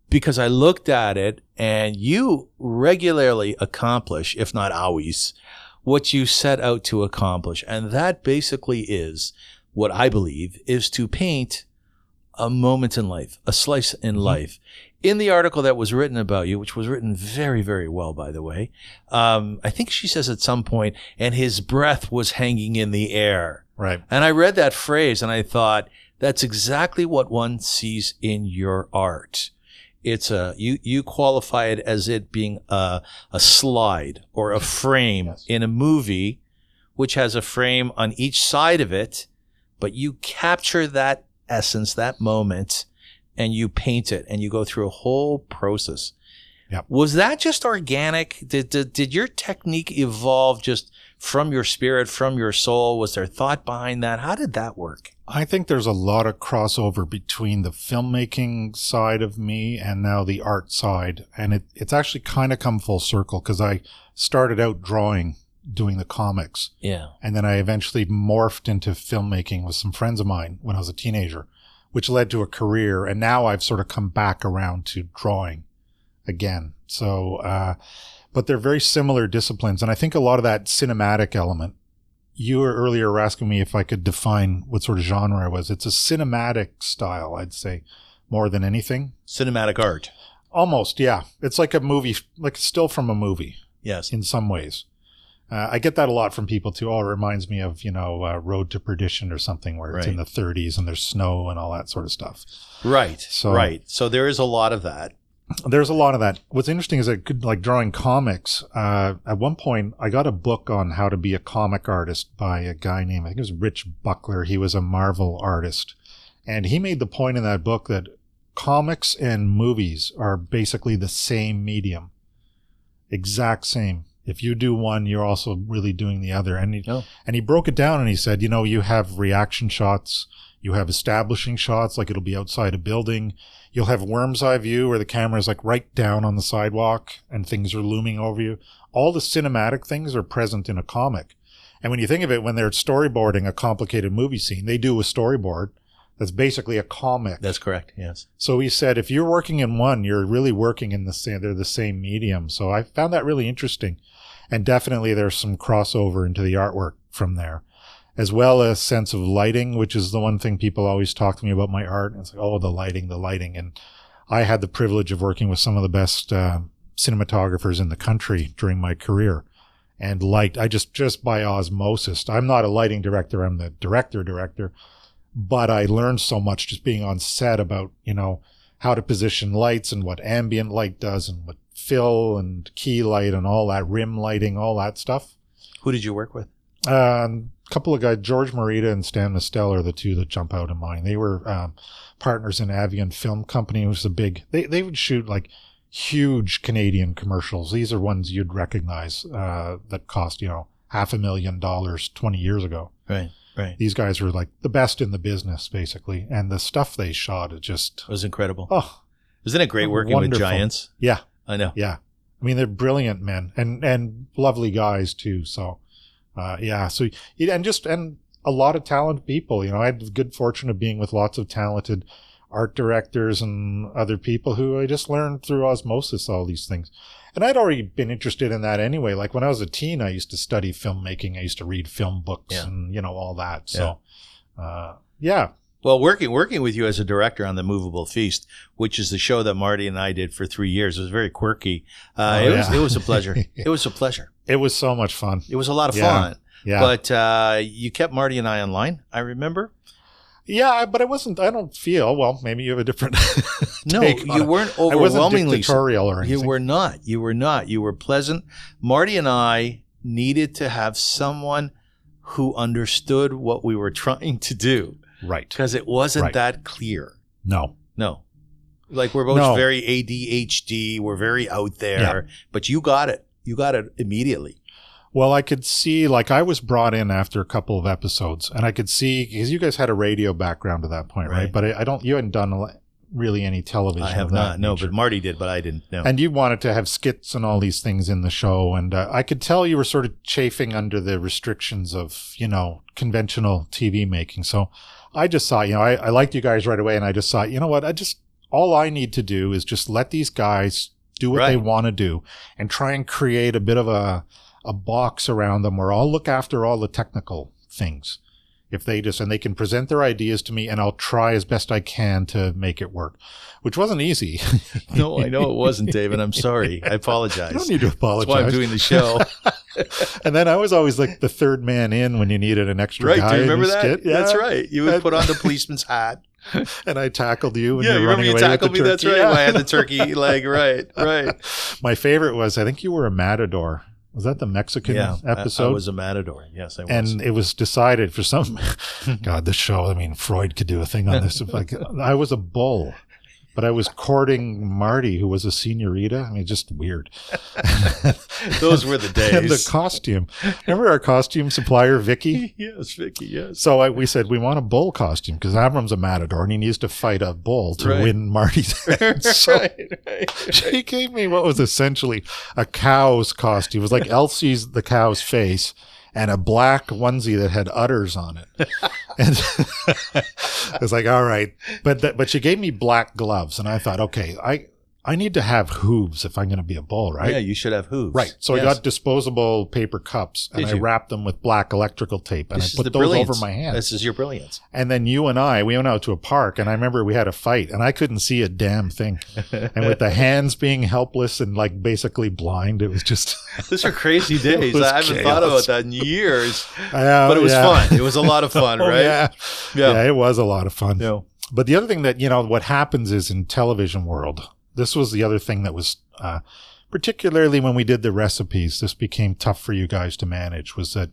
Because I looked at it and you regularly accomplish, if not always, what you set out to accomplish. And that basically is what I believe is to paint a moment in life, a slice
Mm-hmm.
in life. In the article that was written about you, which was written very, very well, by the way, um, I think she says at some point, and his breath was hanging in the air.
right.
And I read that phrase and I thought, that's exactly what one sees in your art. It's a, you, you qualify it as it being a, a slide or a frame
Yes.
in a movie, which has a frame on each side of it, but you capture that essence, that moment, and you paint it and you go through a whole process.
Yep.
Was that just organic? Did, did did your technique evolve just from your spirit, from your soul? Was there thought behind that? How did that work?
I think there's a lot of crossover between the filmmaking side of me and now the art side. And it, it's actually kind of come full circle because I started out drawing, doing the comics.
Yeah.
And then I eventually morphed into filmmaking with some friends of mine when I was a teenager, which led to a career. And now I've sort of come back around to drawing again. So, uh, but they're very similar disciplines. And I think a lot of that cinematic element, you were earlier were asking me if I could define what sort of genre I was. It's a cinematic style, I'd say, more than anything.
Cinematic art.
Almost, yeah. It's like a movie, like still from a movie
Yes.
in some ways. Uh, I get that a lot from people too. Oh, it reminds me of, you know, uh, Road to Perdition or something where it's in the 30s and there's snow and all that sort of stuff.
Right.
So-
right. So there is a lot of that.
there's a lot of that. What's interesting is that, like drawing comics, uh, at one point I got a book on how to be a comic artist by a guy named, I think it was Rich Buckler. He was a Marvel artist. And he made the point in that book that comics and movies are basically the same medium, exact same. If you do one, you're also really doing the other. And he,
Oh.
and he broke it down and he said, you know, you have reaction shots, you have establishing shots, like it'll be outside a building. You'll have worm's eye view where the camera's like right down on the sidewalk and things are looming over you. All the cinematic things are present in a comic. And when you think of it, when they're storyboarding a complicated movie scene, they do a storyboard that's basically a comic.
That's correct. Yes.
So he said, if you're working in one, you're really working in the same, they're the same medium. So I found that really interesting. And definitely there's some crossover into the artwork from there, as well as sense of lighting, which is the one thing people always talk to me about my art. And it's like, oh, the lighting, the lighting. And I had the privilege of working with some of the best uh, cinematographers in the country during my career. And light, I just, just by osmosis, I'm not a lighting director. I'm the director director but I learned so much just being on set about, you know, how to position lights and what ambient light does and what fill and key light and all that rim lighting, all that stuff.
Who did you work with?
Um, a couple of guys, George Morita and Stan Mistel are the two that jump out in mind. They were um, partners in Avian Film Company, which is a big, they, they would shoot like huge Canadian commercials. These are ones you'd recognize uh, that cost, you know, half a million dollars 20 years ago
Right. Right.
these guys were like the best in the business basically and the stuff they shot is just
It was incredible.
oh
Isn't it great working
Wonderful.
with giants?
yeah
I know.
yeah i mean they're brilliant men and and lovely guys too so uh yeah so yeah, and just and a lot of talented people you know i had the good fortune of being with lots of talented art directors and other people who i just learned through osmosis all these things and i'd already been interested in that anyway like when i was a teen i used to study filmmaking i used to read film books
Yeah.
and you know all that so uh yeah
Well, working working with you as a director on the Movable Feast, which is the show that Marty and I did for three years, was very quirky. Uh,
Oh,
it was
yeah.
it was a
<laughs>
pleasure. it was a pleasure.
It was so much fun.
It was a lot of
Yeah.
fun.
Yeah.
But uh, you kept Marty and I online. I remember.
yeah, I- but I wasn't, I don't feel, well, maybe you have a different. <laughs>
No,
take on
you
it.
weren't
I wasn't
overwhelmingly.
dictatorial or
you
anything.
were not. You were not. You were pleasant. Marty and I needed to have someone who understood what we were <laughs> trying to do
right.
because it wasn't
Right.
that clear.
No.
No. Like we're both
No.
very ADHD. We're very out there. But you got it. You got it immediately.
Well, I could see, like, I was brought in after a couple of episodes, and I could see, because you guys had a radio background at that point, right?
Right.
But I, I don't, you hadn't done a lot- really any television.
I have
of that
not. No,
nature.
but Marty did, but I didn't. No.
And you wanted to have skits and all these things in the show. And uh, I could tell you were sort of chafing under the restrictions of, you know, conventional TV making. So I just thought, you know, I, I liked you guys right away. And I just thought, you know what? I just, all I need to do is just let these guys do what they
Right.
want to do and try and create a bit of a, a box around them where I'll look after all the technical things. If they just, and they can present their ideas to me and I'll try as best I can to make it work, which wasn't easy.
<laughs>
<laughs>
no, I know it wasn't, David. I'm sorry. I apologize.
I don't need to apologize.
That's why I'm doing the
<laughs>
show.
and then I was always like the third man in when you needed an extra
right.
guy.
Do you
in
remember
your
that?
skit. Yeah.
That's right. You
That-
would put on the
<laughs>
policeman's hat.
And I tackled you. And
yeah,
you're
you remember
running
you
away
tackled me? That's
with the <laughs>
<laughs>
turkey.
right.
Yeah.
I had the turkey leg. Right. Right.
My favorite was I think you were a matador was that the Mexican
yeah, I-
episode?
I, was a matador. Yes, I was.
and it was decided for some <laughs> god this show i mean freud could do a thing on this If like i was a bull but i was courting marty who was a senorita i mean just weird <laughs>
<laughs> Those were the
and the
days.
costume remember our costume supplier vicky
yes, Vicky.
<laughs>
Yes.
so I, we said we want a bull costume because Avram's a matador and he needs to fight a bull to
Right.
win Marty's
<laughs>
head. So she gave me what was essentially a cow's costume. It
<laughs>
was like Elsie's the cow's face and a black onesie that had udders on it. And <laughs> I was like, all right, but that, but she gave me black gloves and I thought, okay, I I need to have hooves if I'm going to be a bull, right?
Yeah, you should have hooves.
Right. So I
Yes.
got disposable paper cups and
Did
I
you?
wrapped them with black electrical tape and
This is
I
the
put those
brilliance.
over my hands.
This is your brilliance.
And then you and I, we went out to a park, and I remember we had a fight, and I couldn't see a damn thing. <laughs> And
<laughs>
with the hands being helpless and like basically blind, it
<laughs>
was just.
Those are
<laughs>
crazy days.
was
I haven't thought
chaos.
about that in
<laughs>
years,
Uh,
but it was
yeah.
fun. It was a lot of fun,
<laughs> Oh,
right?
yeah. yeah,
Yeah.
it was a lot of fun.
No.
But the other thing that you know, what happens is in television world, this was the other thing that was uh, particularly when we did the recipes. This became tough for you guys to manage. Was that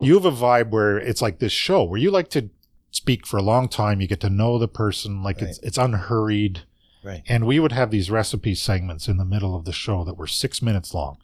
you have a vibe where it's like this show where you like to speak for a long time. You get to know the person, like it's it's unhurried.
Right.
And we would have these recipe segments in the middle of the show that were six minutes long.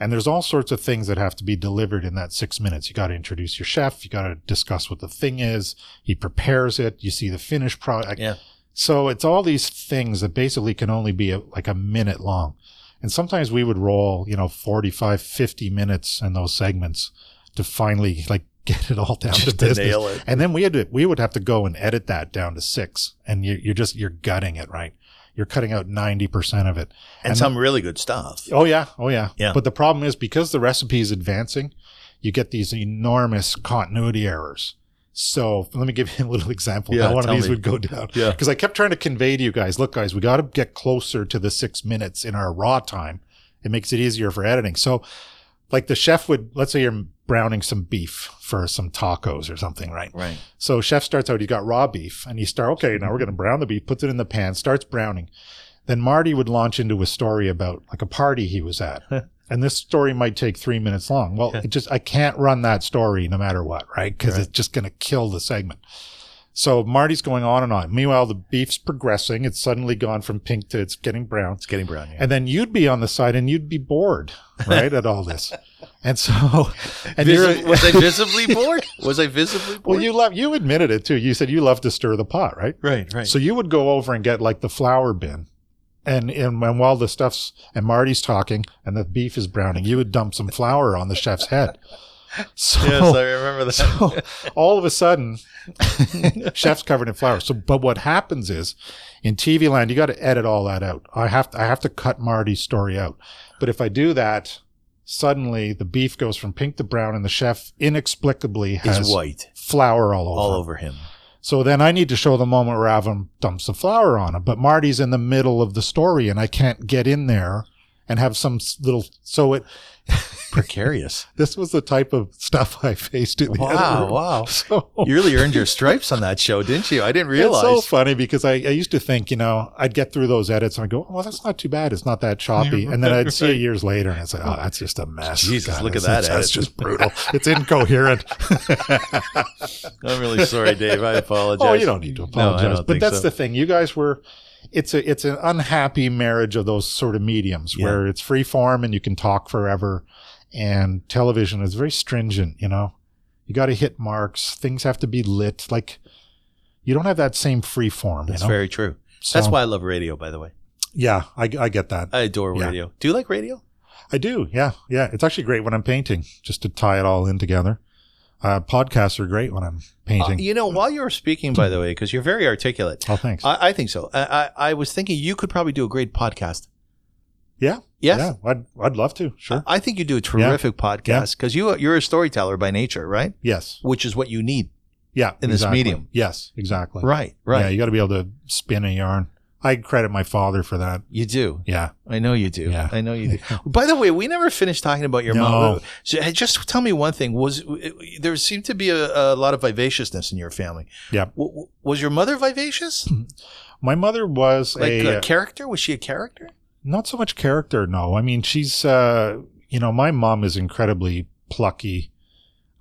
And there's all sorts of things that have to be delivered in that six minutes. You got to introduce your chef. You got to discuss what the thing is. He prepares it. You see the finished product.
Yeah.
So it's all these things that basically can only be a, like a minute long. And sometimes we would roll, you know, 45, 50 minutes in those segments to finally like <laughs> get it all <laughs> down to
Just to
business.
nail it.
And then we had to, we would have to go and edit that down to six. And you, you're just, you're gutting it, right? You're cutting out 90% of it.
And,
And-
some really good stuff.
Oh yeah, oh yeah.
Yeah.
But the problem is because the recipe is advancing, you get these enormous continuity errors. So let me give you a little example
Yeah,
how one of
tell
these
me.
would go down.
Yeah.
Because I kept trying to convey to you guys, look, guys, we got to get closer to the six minutes in our raw time. It makes it easier for editing. So, like the chef would, let's say you're browning some beef for some tacos or something, right?
Right.
So chef starts out, he's got raw beef and he start, okay, now we're going to brown the beef, puts it in the pan, starts browning. Then Marty would launch into a story about like a party he was at. and this story might take three minutes long. Well, it just, I can't run that story no matter what, right? Cause it's just going to kill the segment. So Marty's going on and on. Meanwhile, the beef's progressing. It's suddenly gone from pink to it's getting brown.
It's getting brown. Yeah.
And then you'd be on the side and you'd be bored, right? at all this. And so, and
Visi-
you're,
was
<laughs>
I visibly bored? Was I visibly bored?
well, you love, you admitted it too. You said you love to stir the pot, right?
right, right.
So you would go over and get like the flour bin. And, and and while the stuff's and Marty's talking and the beef is browning, you would dump some flour on the chef's head. So, <laughs>
yes, I remember that.
so all of a sudden, chef's covered in flour. So, but what happens is, in TV land, you got to edit all that out. I have to, I have to cut Marty's story out. But if I do that, suddenly the beef goes from pink to brown, and the chef inexplicably
<laughs>
has
He's white
flour all over.
all over him.
So then I need to show the moment where Avon dumps the flour on him. But Marty's in the middle of the story and I can't get in there and have some s- little. So it,
Precarious.
this was the type of stuff <laughs> I faced in the other
wow,
room.
wow.
<laughs> So
<laughs> You really earned your stripes on that show, didn't you? I didn't
it's so
realize.
funny because I, I used to think, you know, I'd get through those edits and I'd go, oh, well, that's not too bad. It's not that choppy. And then I'd see it years later and I'd say, oh, that's just a mess.
Jesus, look at
that's-
that
<laughs> That's
edit.
just brutal. It's incoherent. <laughs>
I'm really sorry, Dave. I apologize.
Oh, you don't need to apologize.
No, I don't
but
think
that's
so.
the thing. You guys were it's a it's an unhappy marriage of those sort of mediums
Yeah.
where it's free form and you can talk forever and television is very stringent, you know. You got to hit marks. Things have to be lit like you don't have that same free form,
That's
you know?
very true.
So-
That's why I love radio, by the way.
Yeah, I, I get that.
I adore
Yeah.
radio. Do you like radio? Uh,
I do. Yeah. Yeah. It's actually great when I'm painting, just to tie it all in together. Uh, podcasts are great when I'm
Uh,
painting.
you know, while you were speaking, by the way, because you're very articulate,
oh, thanks.
I, I think so. I, I, I was thinking you could probably do a great podcast.
yeah.
Yes. Uh,
Yeah. I'd, I'd love to. Sure.
I I think you do a terrific podcast because you you're a storyteller by nature, right?
yes.
Which is what you need.
Yeah.
in this medium.
Yes, exactly.
Right,
Yeah,
right.
you got to be able to spin a yarn. I credit my father for that.
you do. <laughs>
Yeah.
I know you do.
Yeah.
I know
<laughs>
you do. By the way, we never finished talking about your
No.
mom. So, hey, just tell me one thing: was there seemed to be a, a lot of vivaciousness in your family?
Yeah.
W- w- was your mother vivacious?
My mother was
Like
a uh,
a character? Was she a character?
not so much character. No, I mean she's uh, you know, my mom is incredibly plucky,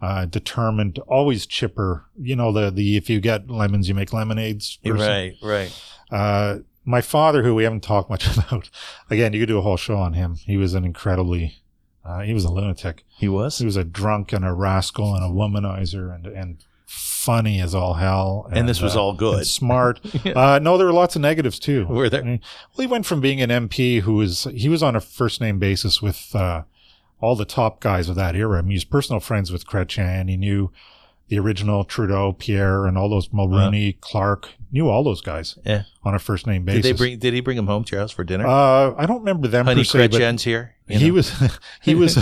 uh, determined, always chipper. You know, the the if you get lemons, you make lemonades. person.
Right, right.
Uh, my father, who we haven't talked much <laughs> about, again, you could do a whole show on him. He was an incredibly, uh, he was a lunatic.
He was.
He was a drunk and a rascal and a womanizer and and funny as all hell.
And, this was
uh,
all
and
good. <laughs>
smart. uh, no, there were lots of negatives too.
Were
I
there?
mean, Well, he went from being an MP who was he was on a first name basis with uh, all the top guys of that era. I mean, he was personal friends with Chrétien. He knew the original Trudeau, Pierre, and all those Mulroney, Clark. Knew all those guys.
Uh-huh. Yeah.
on a first name
Did
basis.
they bring? Did he bring him home to your house for dinner?
Uh, I don't remember them
Honey,
per se, but
Gretchen's here. you
he
know?
was <laughs>
<laughs>
he was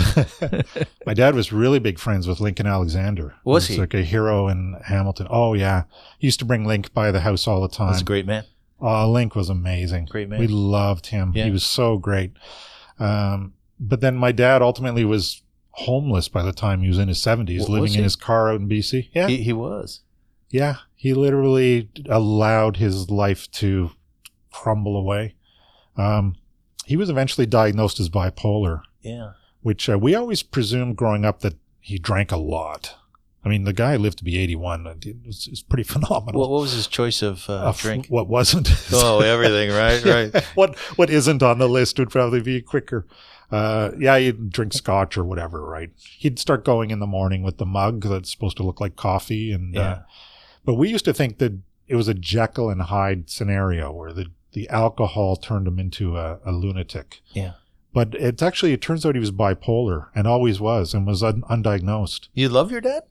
my dad was really big friends with Lincoln Alexander.
Was
He's
he?
like a hero in Hamilton? Oh yeah, he used to bring Link by the house all the time.
That's a great man.
Oh, Link was amazing.
Great man.
We loved him.
Yeah.
He was so great. Um, but then my dad ultimately was homeless by the time he was in his 70s,
What, was
living
he?
in his car out in BC. Yeah.
He, he was.
yeah. He literally allowed his life to crumble away. Um, he was eventually diagnosed as bipolar
Yeah.
which uh, we always presumed growing up that he drank a lot. I mean, the guy lived to be 81. and It was, it was pretty <laughs> phenomenal.
What, what was his choice of uh,
Of
drink?
What wasn't.
Oh, everything.
<laughs>
Right, right.
what what isn't on the list would probably be quicker. Uh, yeah, he'd drink scotch or whatever, right? He'd start going in the morning with the mug that's supposed to look like coffee, and
Yeah.
uh, but we used to think that it was a Jekyll and Hyde scenario where the the alcohol turned him into a, a lunatic.
Yeah.
But it's actually it turns out he was bipolar and always was and was un- undiagnosed.
You love your dad?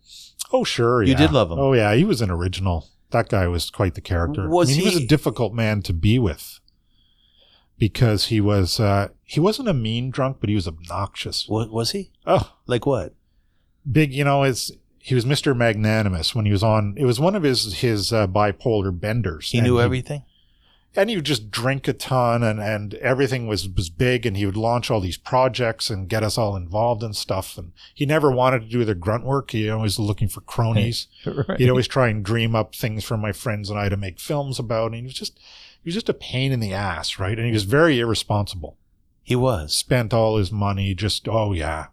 Oh sure,
You
yeah.
did love him.
Oh yeah, he was an original. That guy was quite the character.
Was
I mean, he was
he-
a difficult man to be with because he was uh, he wasn't a mean drunk, but he was obnoxious.
What was he?
Oh,
Like what?
big, you know, is he was Mister Magnanimous when he was on. It was one of his his uh, bipolar benders.
He
and
knew everything.
and he would just drink a ton, and and everything was was big, and he would launch all these projects and get us all involved in stuff. And he never wanted to do the grunt work. He always was looking for cronies.
<laughs> Right.
He'd always try and dream up things for my friends and I to make films about. And he was just, he was just a pain in the ass, right? And he was very irresponsible.
He was.
Spent all his money, just oh yeah,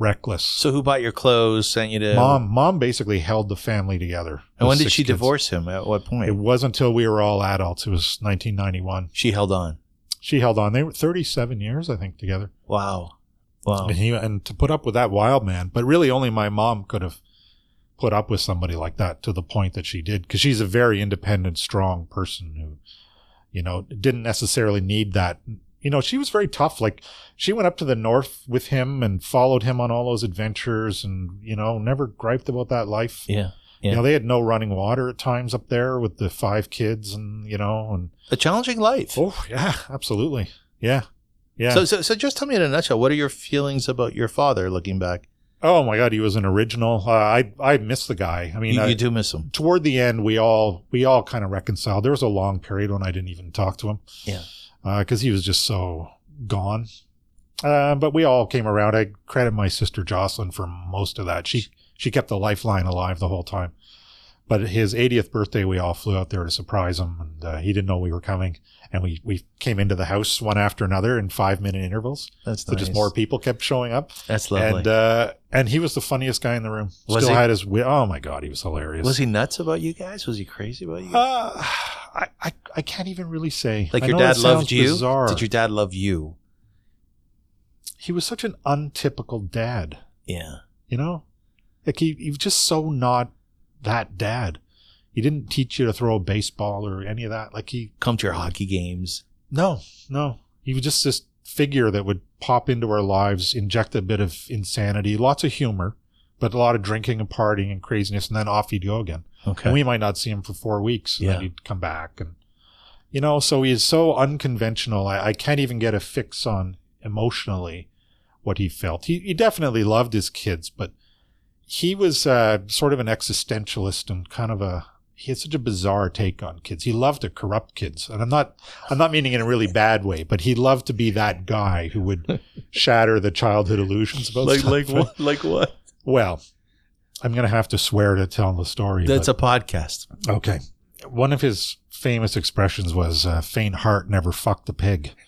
reckless.
So who bought your clothes? Sent you to
mom, mom basically held the family together.
And when
Those
did
six
she
kids.
divorce him? At what
It
point?
wasn't until we were all adults. It was 1991.
She held on.
She held on. They were 37 years, I think, together.
Wow.
<laughs>
Wow.
And, he, and to put up with that wild man, but really only my mom could have put up with somebody like that to the point that she did, because she's a very independent, strong person who, you know, didn't necessarily need that. You know, she was very tough. Like she went up to the north with him and followed him on all those adventures, and you know, never griped about that life.
Yeah.
You know, they had no running water at times up there with the five kids, and you know, and
A challenging life.
oh yeah, absolutely, yeah, yeah.
So, so, so just tell me in a nutshell, what are your feelings about your father looking back?
Oh my God, he was an original. Uh, I I miss the guy. I mean,
You,
I-
you do miss him.
toward the end, we all we all kind of reconciled. There was a long period when I didn't even talk to him.
Yeah.
because he was just so gone. Uh, but we all came around. I credit my sister Jocelyn for most of that. She she kept the lifeline alive the whole time. But his 80th birthday, we all flew out there to surprise him, and uh, he didn't know we were coming. And we we came into the house one after another in five minute intervals.
That's
So just more people kept showing up.
That's lovely.
And uh, and he was the funniest guy in the room.
Was
Still
he?
had his wi- oh my god, he was hilarious.
was he nuts about you guys? Was he crazy about you? guys?
Uh, I, I I can't even really say.
like
I
your
know
dad
that
loved
sounds
you?
Bizarre.
Did your dad love you?
He was such an untypical dad.
Yeah.
You know, like he he was just so not that dad. He didn't teach you to throw a baseball or any of that. Like he
Come to your hockey games.
no no he was just this figure that would pop into our lives, inject a bit of insanity, lots of humor, but a lot of drinking and partying and craziness, and then off he'd go again.
Okay.
and we might not see him for four weeks and then
Yeah.
he'd come back and you know so he's so unconventional I, I can't even get a fix on emotionally what he felt he, he definitely loved his kids but he was uh, sort of an existentialist and kind of a he had such a bizarre take on kids he loved to corrupt kids and i'm not i'm not meaning in a really bad way but he loved to be that guy
<laughs>
who would shatter the childhood illusions about stuff.
Like what?
well i'm gonna have to swear to tell the story but-
That's a podcast.
Okay. One of his famous expressions was uh, faint heart never fucked a pig. <laughs>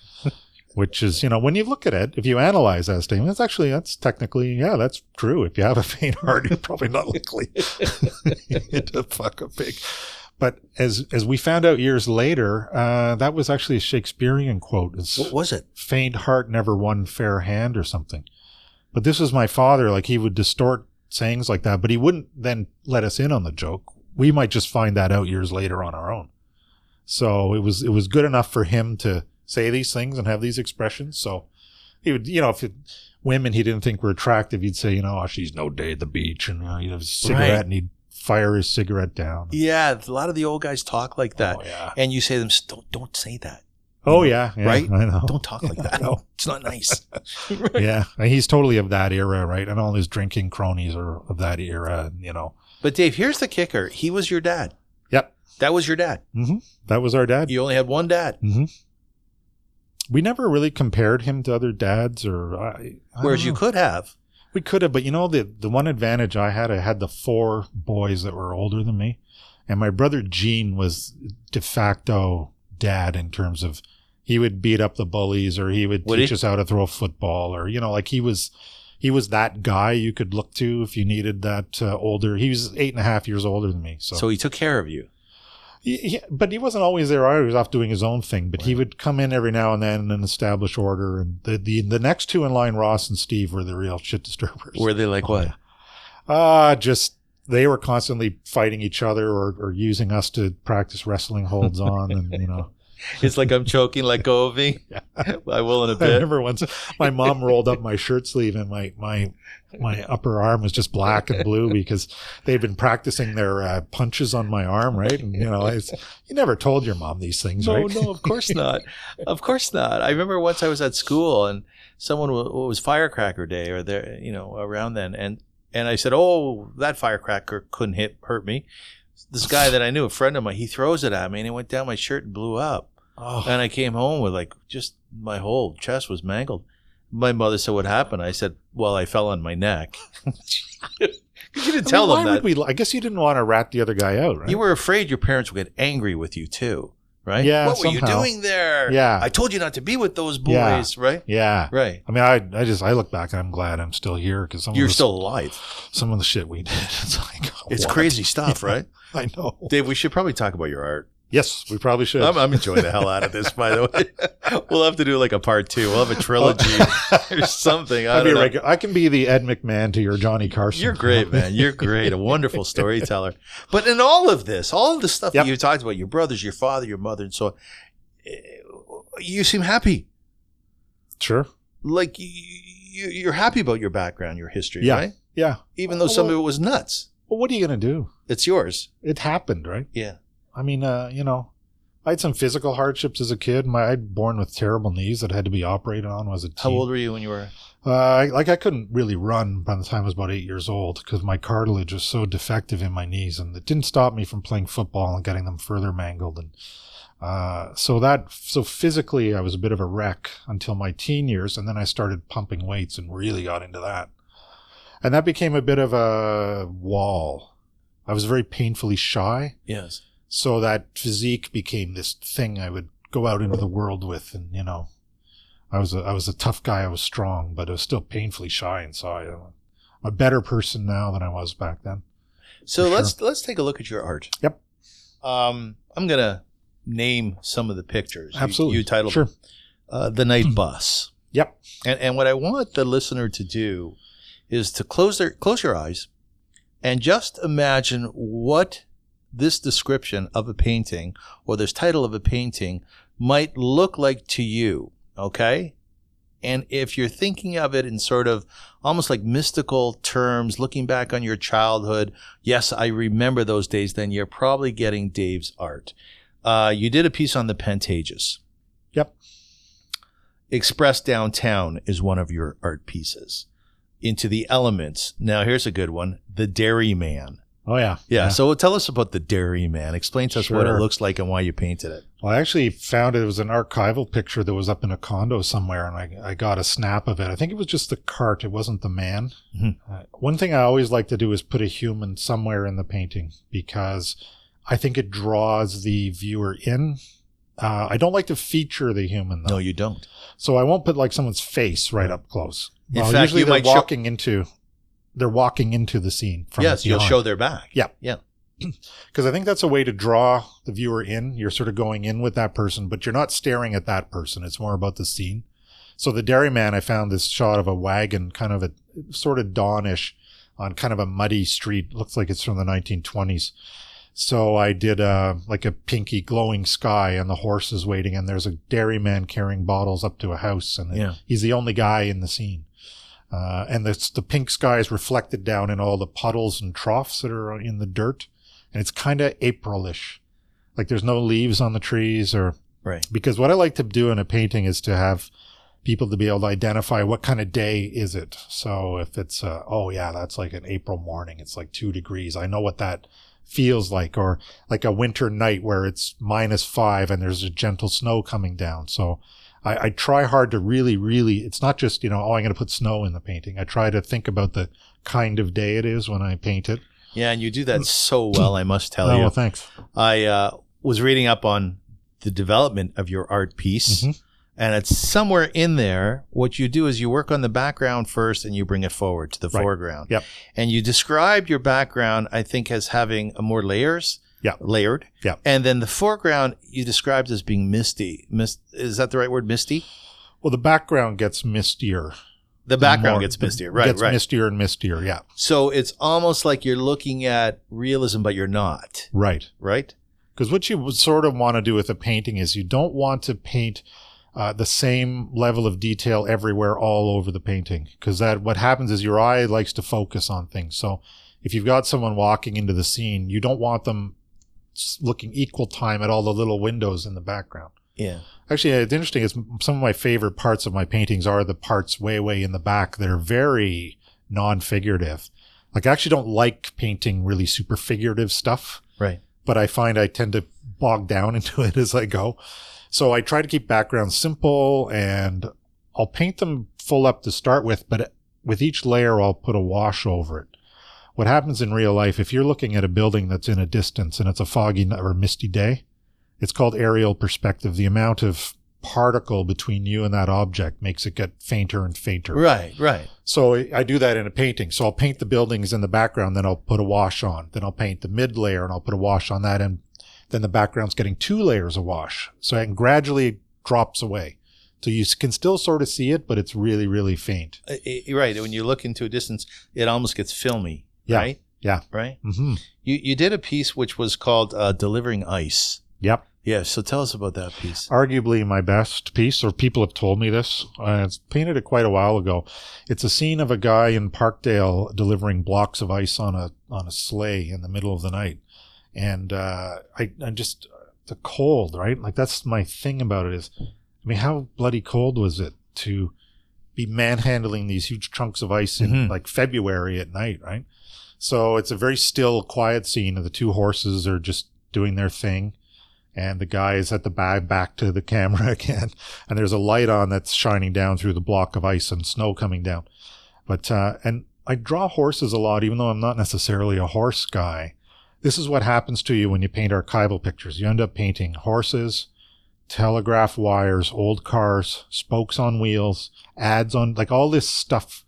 which is you know when you look at it if you analyze that statement that's actually that's technically yeah that's true if you have a <laughs> faint heart you're probably not likely <laughs> to fuck a pig but as as we found out years later uh, that was actually a shakespearean quote it's
What was it?
faint heart never won fair hand or something but this was my father like he would distort sayings like that but he wouldn't then let us in on the joke we might just find that out years later on our own so it was it was good enough for him to say these things and have these expressions. So he would, you know, if it, women he didn't think were attractive, he'd say, you know, oh, she's no day at the beach, and you know, he'd have a cigarette
Right.
and he'd fire his cigarette down.
Yeah, a lot of the old guys talk like that,
Oh yeah.
and you say to them, "Don't don't say that.
Oh yeah. yeah,
Right?
I know.
Don't talk like that.
<laughs> No.
It's not
<laughs>
nice." <laughs>
yeah. And he's totally of that era, right? And all his drinking cronies are of that era. And, you know,
But Dave, here's the kicker: he was your dad.
Yep.
that was your dad.
Mm-hmm. that was our dad. Mm-hmm.
You only had one dad.
We never really compared him to other dads, or I, I don't
Whereas you
know.
could have.
We could have, but you know the the one advantage I had, I had the four boys that were older than me, and my brother Gene was de facto dad in terms of he would beat up the bullies or he would,
Would
teach
he?
us how to throw a football or you know like he was he was that guy you could look to if you needed that uh, older. He was eight and a half years older than me, so,
So he took care of you.
he, he- but he wasn't always there. either. He was off doing his own thing, but he would come in every now and then and establish order. And the the, the next two in line, Ross and Steve, were the real shit disturbers.
Were they like what?
Uh, just they were constantly fighting each other or, or using us to practice wrestling holds on. And, you
<laughs>
know,
It's like I'm choking,
<laughs>
let go of me. I will in a
I
bit.
remember once my mom rolled up my shirt sleeve and my, my, my upper arm was just black and blue because they'd been practicing their uh, punches on my arm. Right. And, you know, I, you never told your mom these things,
No,
right?
no, of course not. Of course not. I remember once I was at school and someone wa- it was firecracker day or there, you know, around then. And, and I said, Oh, that firecracker couldn't hit, hurt me. This guy that I knew, a friend of mine, he throws it at me and it went down my shirt and blew up.
<laughs> Oh,
And I came home with like just my whole chest was mangled. My mother said, What happened? I said, Well, I fell on my neck. <laughs> 'Cause you didn't tell
I
them
mean, why
that.
would we? I guess you didn't want to rat the other guy out, right?
You were afraid your parents would get angry with you too, right?
Yeah,
What were you
somehow.
doing there?
Yeah.
I told you not to be with those boys,
Yeah.
right?
yeah.
Right.
I mean, I, I just I look back and I'm glad I'm still here because
You're still alive.
some of the shit we did. <laughs> It's like
It's
what?
crazy
<laughs>
stuff, right?
I know.
Dave, we should probably talk about your art.
Yes, we probably should.
I'm, I'm enjoying the hell out of this, by the way. <laughs> We'll have to do like a part two. We'll have a trilogy <laughs> or something. I
Oh. I'd be
don't
a
know.
regu- I can be the Ed McMahon to your Johnny Carson.
You're
<laughs>
great, man. You're great. A wonderful storyteller. But in all of this, all of the stuff
Yep.
that you talked about, your brothers, your father, your mother, and so on, eh, you seem happy.
Sure.
Like you, you, you're happy about your background, your history,
Yeah.
right?
Yeah.
Even though some of it was nuts,
Well, what are you going to do?
it's yours.
It happened, right?
Yeah.
I mean, uh, you know, I had some physical hardships as a kid. My I'd born with terrible knees that had to be operated on was a teen.
How old were you when you were?
Uh, I- like I couldn't really run by the time I was about eight years old because my cartilage was so defective in my knees, and it didn't stop me from playing football and getting them further mangled. And uh, so that so physically I was a bit of a wreck until my teen years, and then I started pumping weights and really got into that, and that became a bit of a wall. I was very painfully shy,
Yes.
so that physique became this thing I would go out into the world with, and you know, I was a, I was a tough guy. I was strong, but I was still painfully shy inside. I'm uh, a better person now than I was back then.
So
For sure.
let's let's take a look at your art.
Yep.
Um, I'm gonna name some of the pictures. You-
Absolutely,
You, titled
sure.
uh, the night bus.
Yep.
And and what I want the listener to do is to close their close your eyes and just imagine what this description of a painting or this title of a painting might look like to you, okay? And if you're thinking of it in sort of almost like mystical terms, looking back on your childhood, yes, I remember those days, then you're probably getting Dave's art. Uh, you did a piece on the Pantages.
Yep.
Express Downtown is one of your art pieces. Into the Elements. Now, here's a good one The Dairyman.
Oh yeah.
Yeah, So tell us about the Dairyman. Explain to us what it
Sure.
looks like and why you painted it.
Well, I actually found it. It was an archival picture that was up in a condo somewhere, and I, I got a snap of it. I think it was just the cart. It wasn't the man.
Mhm.
Mm-hmm.
Uh, one thing I always like to do is put a human somewhere in the painting because I think it draws the viewer in uh, I don't like to feature the human though.
No, you don't.
So I won't put like someone's face right up close.
In
Well,
fact,
usually
you
they're
might show-
walking into they're walking into the scene from
yes, you'll
behind.
show their back.
Yeah.
Yeah.
because I think that's a way to draw the viewer in. You're sort of going in with that person, but you're not staring at that person. It's more about the scene. So the dairyman, I found this shot of a wagon, kind of a sort of dawnish, on kind of a muddy street. Looks like it's from the 1920s. So I did uh, like a pinky glowing sky, and the horse is waiting, and there's a dairyman carrying bottles up to a house, and
Yeah.
he's the only guy in the scene. Uh, and the, the pink sky is reflected down in all the puddles and troughs that are in the dirt and it's kind of Aprilish. Like there's no leaves on the trees or
Right.
because what I like to do in a painting is to have people to be able to identify what kind of day is it. So if it's uh, oh yeah, that's like an April morning. It's like 2 degrees. I know what that feels like or like a winter night where it's minus 5 and there's a gentle snow coming down. So I, I try hard to really, really, it's not just, you know, oh, I'm going to put snow in the painting. I try to think about the kind of day it is when I paint it.
Yeah, and you do that <clears throat> so well, I must tell
oh,
you.
well, thanks.
I uh, was reading up on the development of your art piece,
Mhm.
and it's somewhere in there. What you do is you work on the background first, and you bring it forward to the
Right.
foreground.
Yep.
And you describe your background, I think, as having more layers.
Yeah.
Layered.
Yeah.
And then the foreground you described as being misty. Mist is that the right word? Misty.
Well, the background gets mistier.
The background
More-
gets mistier. Right.
Gets
right.
mistier and mistier. Yeah.
so it's almost like you're looking at realism, but you're not.
Right.
Right.
Because what you would sort of want to do with a painting is you don't want to paint uh, the same level of detail everywhere all over the painting. Because that what happens is your eye likes to focus on things. So if you've got someone walking into the scene, you don't want them s- looking equal time at all the little windows in the background.
Yeah.
Actually, it's interesting. Is some of my favorite parts of my paintings are the parts way, way in the back that are very non-figurative. Like I actually don't like painting really super figurative stuff,
Right.
but I find I tend to bog down <laughs> into it as I go. So I try to keep backgrounds simple, and I'll paint them full up to start with, but with each layer, I'll put a wash over it. What happens in real life if you're looking at a building that's in a distance and it's a foggy n- or misty day? It's called aerial perspective. The amount of particle between you and that object makes it get fainter and fainter.
Right. Right.
So I I do that in a painting. So I'll paint the buildings in the background, then I'll put a wash on. Then I'll paint the mid layer and I'll put a wash on that. And then the background's getting two layers of wash. So it gradually drops away. So you s- can still sort of see it, but it's really, really faint.
Uh, it- right when you look into a distance it almost gets filmy
Yeah.
right
Yeah.
right
Mm-hmm.
you you did a piece which was called uh, delivering ice
Yep.
yeah so tell us about that piece
Arguably my best piece, or people have told me this. I it's painted it quite a while ago. It's a scene of a guy in Parkdale delivering blocks of ice on a on a sleigh in the middle of the night. and uh, I, I'm just the cold, right? Like that's my thing about it is, I mean, how bloody cold was it to be manhandling these huge chunks of ice in
Mhm.
like February at night, right? So it's a very still, quiet scene. The two horses are just doing their thing, and the guy is at the back, back to the camera <laughs> again, and there's a light on that's shining down through the block of ice and snow coming down. But uh, and I draw horses a lot, even though I'm not necessarily a horse guy this is what happens to you when you paint archival pictures. You end up painting horses, telegraph wires, old cars, spokes on wheels, ads on like all this stuff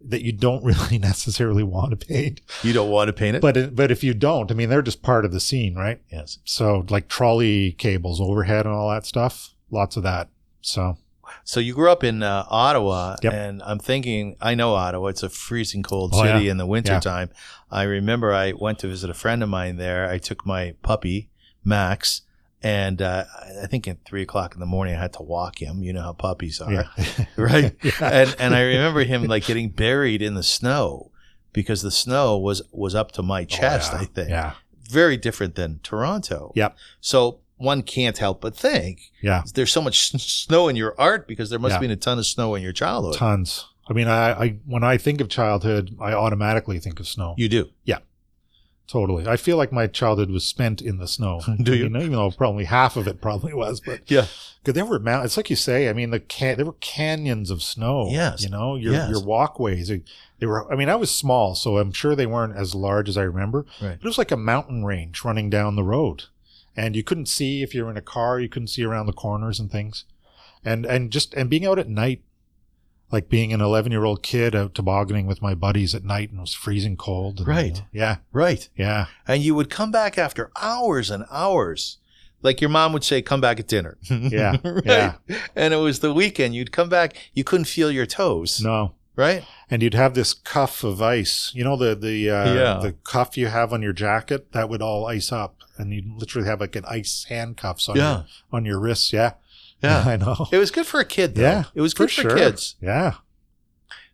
that you don't <laughs> really necessarily want to paint.
you don't want to paint it
But but if you don't, I mean, they're just part of the scene, right?
yes
So like trolley cables overhead and all that stuff, lots of that. So <laughs>
so you grew up in uh, ottawa
Yep.
and i'm thinking i know ottawa it's a freezing cold
Oh,
city
yeah.
in the wintertime i remember i went to visit a friend of mine there i took my puppy max and uh, I- I think at three o'clock in the morning, I had to walk him. You know how puppies are,
yeah,
<laughs>
<laughs>
right?
yeah.
and and I
<laughs>
remember him like getting buried in the snow because the snow was was up to my chest.
Oh, yeah.
I think
yeah,
very different than Toronto.
Yep.
So one can't help but think
yeah.
there's so much <laughs> s- snow in your art because there must
Yeah.
have been a ton of snow in your childhood.
Tons. I mean, I, I when I think of childhood, I automatically think of snow.
You do.
Totally. I feel like my childhood was spent in the snow.
<laughs> Do you?
I mean, <laughs> even though probably half of it probably was, but
Yeah.
because there were mountains. It's like you say. I mean, the can- there were canyons of snow.
Yes.
You know, your
Yes.
your walkways. They- They were. I mean, I was small, so I'm sure they weren't as large as I remember.
Right.
But it was like a mountain range running down the road, and you couldn't see if you're in a car. You couldn't see around the corners and things, and and just and being out at night, like being an 11 year old kid out tobogganing with my buddies at night and it was freezing cold. and, you
Right.
know, yeah.
Right.
Yeah.
And you would come back after hours and hours. Like your mom would say, come back at dinner.
<laughs>
<laughs>
Yeah.
right?
Yeah.
And it was the weekend. You'd come back, you couldn't feel your toes.
No.
Right?
and you'd have this cuff of ice. You know the the uh,
Yeah.
the cuff you have on your jacket that would all ice up, and you'd literally have like an ice handcuffs on
Yeah.
your on your wrists. Yeah,
Yeah.
<laughs> I know.
It was good for a kid, though.
Yeah,
It was good for, kids.
Yeah,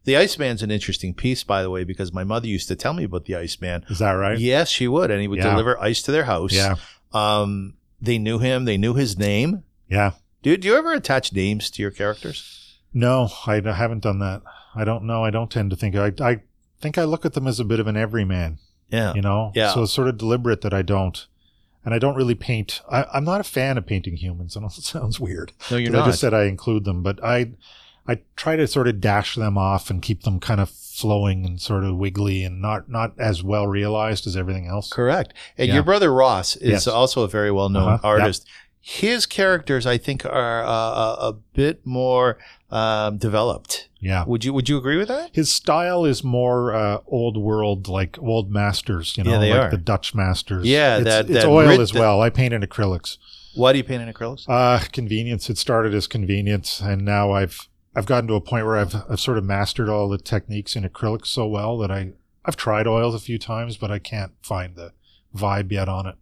The Iceman's an interesting piece, by the way, because my mother used to tell me about the Iceman.
is that right?
Yes, she would. And he would
Yeah.
deliver ice to their house.
Yeah,
Um, they knew him, they knew his name.
yeah.
Dude, do you ever attach names to your characters?
No, I d- haven't done that. I don't know. I don't tend to think. I I think I look at them as a bit of an everyman.
Yeah.
You know.
Yeah.
So it's sort of deliberate that I don't. And I don't really paint. I, I'm not a fan of painting humans. <laughs> I know it sounds weird.
No, you're
'Cause
not.
I just said I include them, but I I try to sort of dash them off and keep them kind of flowing and sort of wiggly and not not as well realized as everything else.
Correct. And
Yeah.
your brother Ross is
Yes.
also a very well known
Uh-huh. Yeah.
artist. His characters, I think, are uh, a, a bit more um, developed.
Yeah.
Would you Would you agree with that?
His style is more uh, old world, like old masters, you know,
Yeah, they
like
are.
the Dutch masters.
Yeah,
it's,
that-
it's
that
oil
writ-
as well. I paint in acrylics.
Why do you paint in acrylics?
Uh, convenience. It started as convenience, and now I've I've gotten to a point where I've I've sort of mastered all the techniques in acrylics so well that I I've tried oils a few times, but I can't find the vibe yet on it.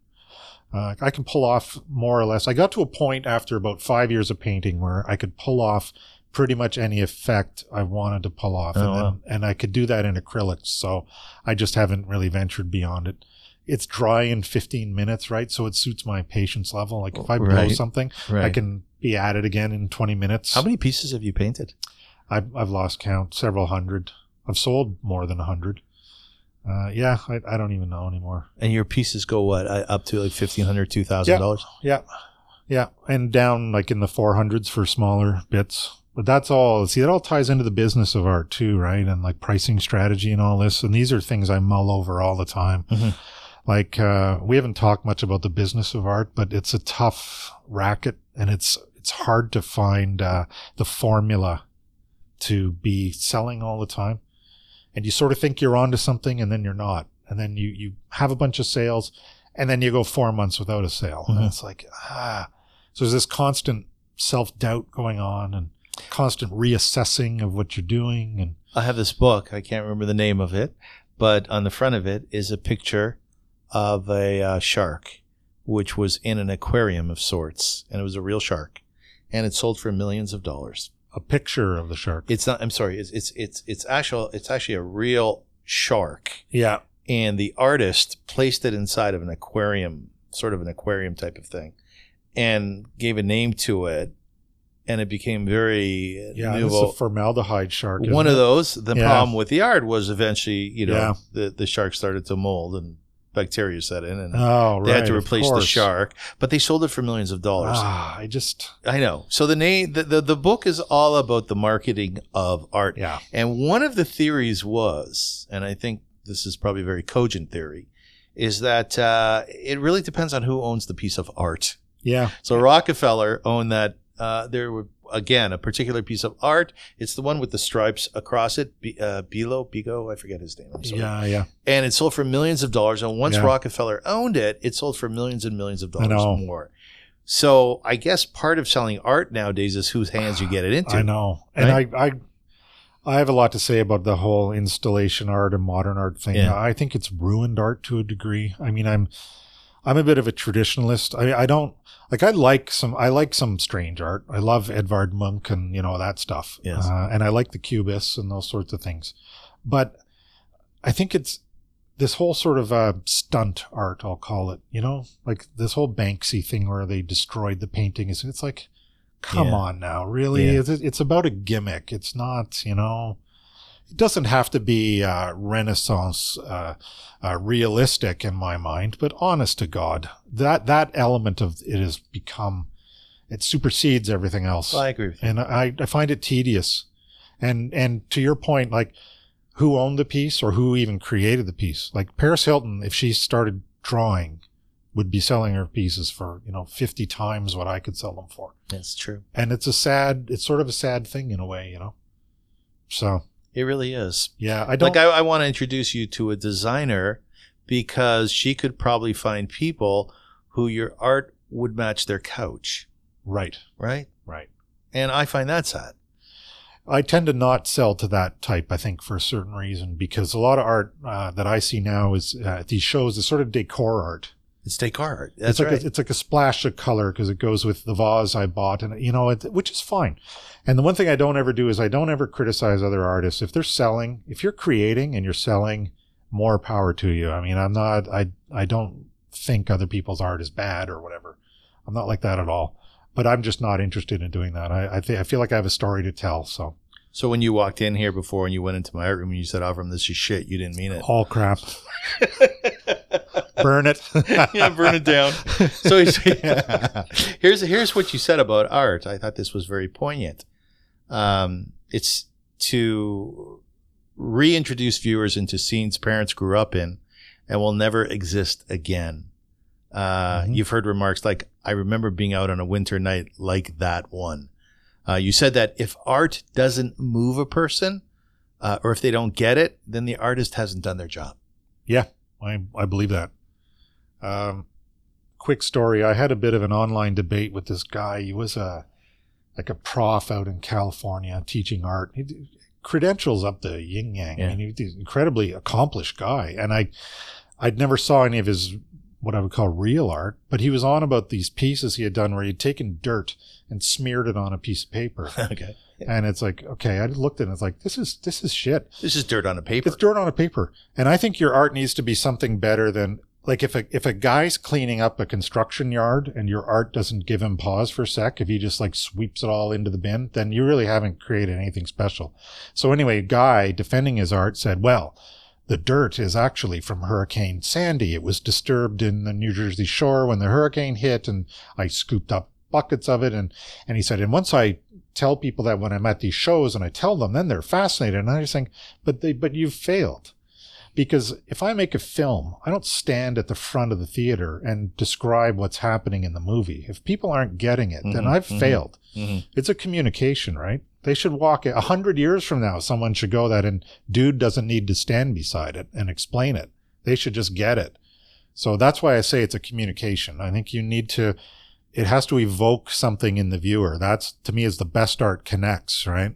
Uh, I can pull off more or less. I got to a point after about five years of painting where I could pull off pretty much any effect I wanted to pull off,
Oh,
and, then-
wow.
and I could do that in acrylics. So I just haven't really ventured beyond it. It's dry in 15 minutes, right? So it suits my patience level. Like if I blow
Right.
something,
Right.
I can be at it again in 20 minutes.
How many pieces have you painted?
I've, I've lost count, several hundred. I've sold more than a hundred. Uh, yeah, I, I don't even know anymore.
And your pieces go what uh, up to like fifteen hundred, two thousand dollars.
Yeah, and down like in the 400s for smaller bits. But that's all. See, that all ties into the business of art too, right? And like pricing strategy and all this. And these are things I mull over all the time.
Mhm.
Like uh, we haven't talked much about the business of art, but it's a tough racket, and it's it's hard to find uh, the formula to be selling all the time. And you sort of think you're onto something, and then you're not. And then you you have a bunch of sales, and then you go four months without a sale,
Mhm.
and it's like ah. So there's this constant self doubt going on and constant reassessing of what you're doing. And
I have this book. I can't remember the name of it, but on the front of it is a picture of a uh, shark, which was in an aquarium of sorts, and it was a real shark, and it sold for millions of dollars.
a picture of the shark.
it's not i'm sorry it's it's it's it's actual it's actually a real shark
Yeah.
and the artist placed it inside of an aquarium sort of an aquarium type of thing and gave a name to it and it became very
Yeah. This is a
nouveau
formaldehyde shark.
one of
isn't it?
those the
Yeah.
problem with the art was eventually you know
Yeah.
the, the shark started to mold and bacteria set in and
Oh, right.
they had to
of
replace the
course.
shark but they sold it for millions of dollars
Ah, I just,
i know so the name the, the, the book is all about the marketing of art
yeah.
and one of the theories was, and I think this is probably a very cogent theory, is that uh, it really depends on who owns the piece of art.
Yeah.
So Rockefeller owned that. Uh, there were again a particular piece of art. It's the one with the stripes across it. B- uh, Bilo, Bigo, I forget his name. I'm sorry.
Yeah. Yeah.
And it sold for millions of dollars. And once
Yeah.
Rockefeller owned it, it sold for millions and millions of
I
dollars
know.
more. So I guess part of selling art nowadays is whose hands you get it into.
<sighs> I know. And I, I, I have a lot to say about the whole installation art and modern art thing.
Yeah.
I think it's ruined art to a degree. I mean, I'm, I'm a bit of a traditionalist. I, I don't like. I like some. I like some strange art. I love Edvard Munch and you know that stuff.
Yes.
Uh, and I like the cubists and those sorts of things. But I think it's this whole sort of uh, stunt art. I'll call it. You know, like this whole Banksy thing where they destroyed the painting. It's, it's like, come
Yeah.
on now, really?
Yeah.
It's, it's about a gimmick. It's not. You know. It doesn't have to be uh, Renaissance uh, uh, realistic in my mind, but honest to God, that that element of it has become it supersedes everything else,
I agree with you.
and I, I find it tedious. And and to your point, like who owned the piece or who even created the piece? Like Paris Hilton, if she started drawing would be selling her pieces for you know 50 times what I could sell them for.
That's true.
And it's a sad, it's sort of a sad thing in a way, you know. So
It really is.
yeah, I don't.
Like I, I want to introduce you to a designer because she could probably find people who your art would match their couch,
right,
right?
right.
And I find that sad.
I tend to not sell to that type, I think, for a certain reason, because a lot of art uh, that I see now is uh, at these shows is sort of decor art.
It's Descartes. That's
it's like
right.
a, it's like a splash of color because it goes with the vase I bought, and you know, it, which is fine. And the one thing I don't ever do is I don't ever criticize other artists if they're selling. If you're creating and you're selling, more power to you. I mean, I'm not. I I don't think other people's art is bad or whatever. I'm not like that at all. But I'm just not interested in doing that. I I, th- I feel like I have a story to tell. So
so when you walked in here before and you went into my art room and you said, Avram, this is shit, you didn't mean it.
all crap. Burn it.
<laughs> yeah, burn it <laughs> down.
<laughs>
So he's, here's here's what you said about art. I thought this was very poignant. Um, it's to reintroduce viewers into scenes parents grew up in and will never exist again. Uh,
Mhm.
You've heard remarks like, "I remember being out on a winter night like that one." Uh, you said that if art doesn't move a person, uh, or if they don't get it, then the artist hasn't done their job.
I, I believe that. Um, quick story. I had a bit of an online debate with this guy. He was a like a prof out in California teaching art. He d- credentials up the yin yang. I
Yeah.
mean, he's an incredibly accomplished guy. And I, I'd never saw any of his what I would call real art, but he was on about these pieces he had done where he'd taken dirt and smeared it on a piece of paper.
okay,
and it's like, okay, I looked at it. It's like this is this is shit.
this is dirt on a paper.
It's dirt on a paper. And I think your art needs to be something better than like if a if a guy's cleaning up a construction yard and your art doesn't give him pause for a sec, if he just like sweeps it all into the bin, then you really haven't created anything special. So anyway, a guy defending his art said, Well, the dirt is actually from Hurricane Sandy. It was disturbed in the New Jersey shore when the hurricane hit and I scooped up buckets of it and and he said, and once I tell people that when I'm at these shows and I tell them, then they're fascinated. And I just think, but they but you've failed because if i make a film i don't stand at the front of the theater and describe what's happening in the movie if people aren't getting it then
Mhm,
i've
mhm.
failed
Mhm.
it's a communication right they should walk it a hundred years from now someone should go that and dude doesn't need to stand beside it and explain it they should just get it so that's why i say it's a communication i think you need to it has to evoke something in the viewer that's to me is the best art connects right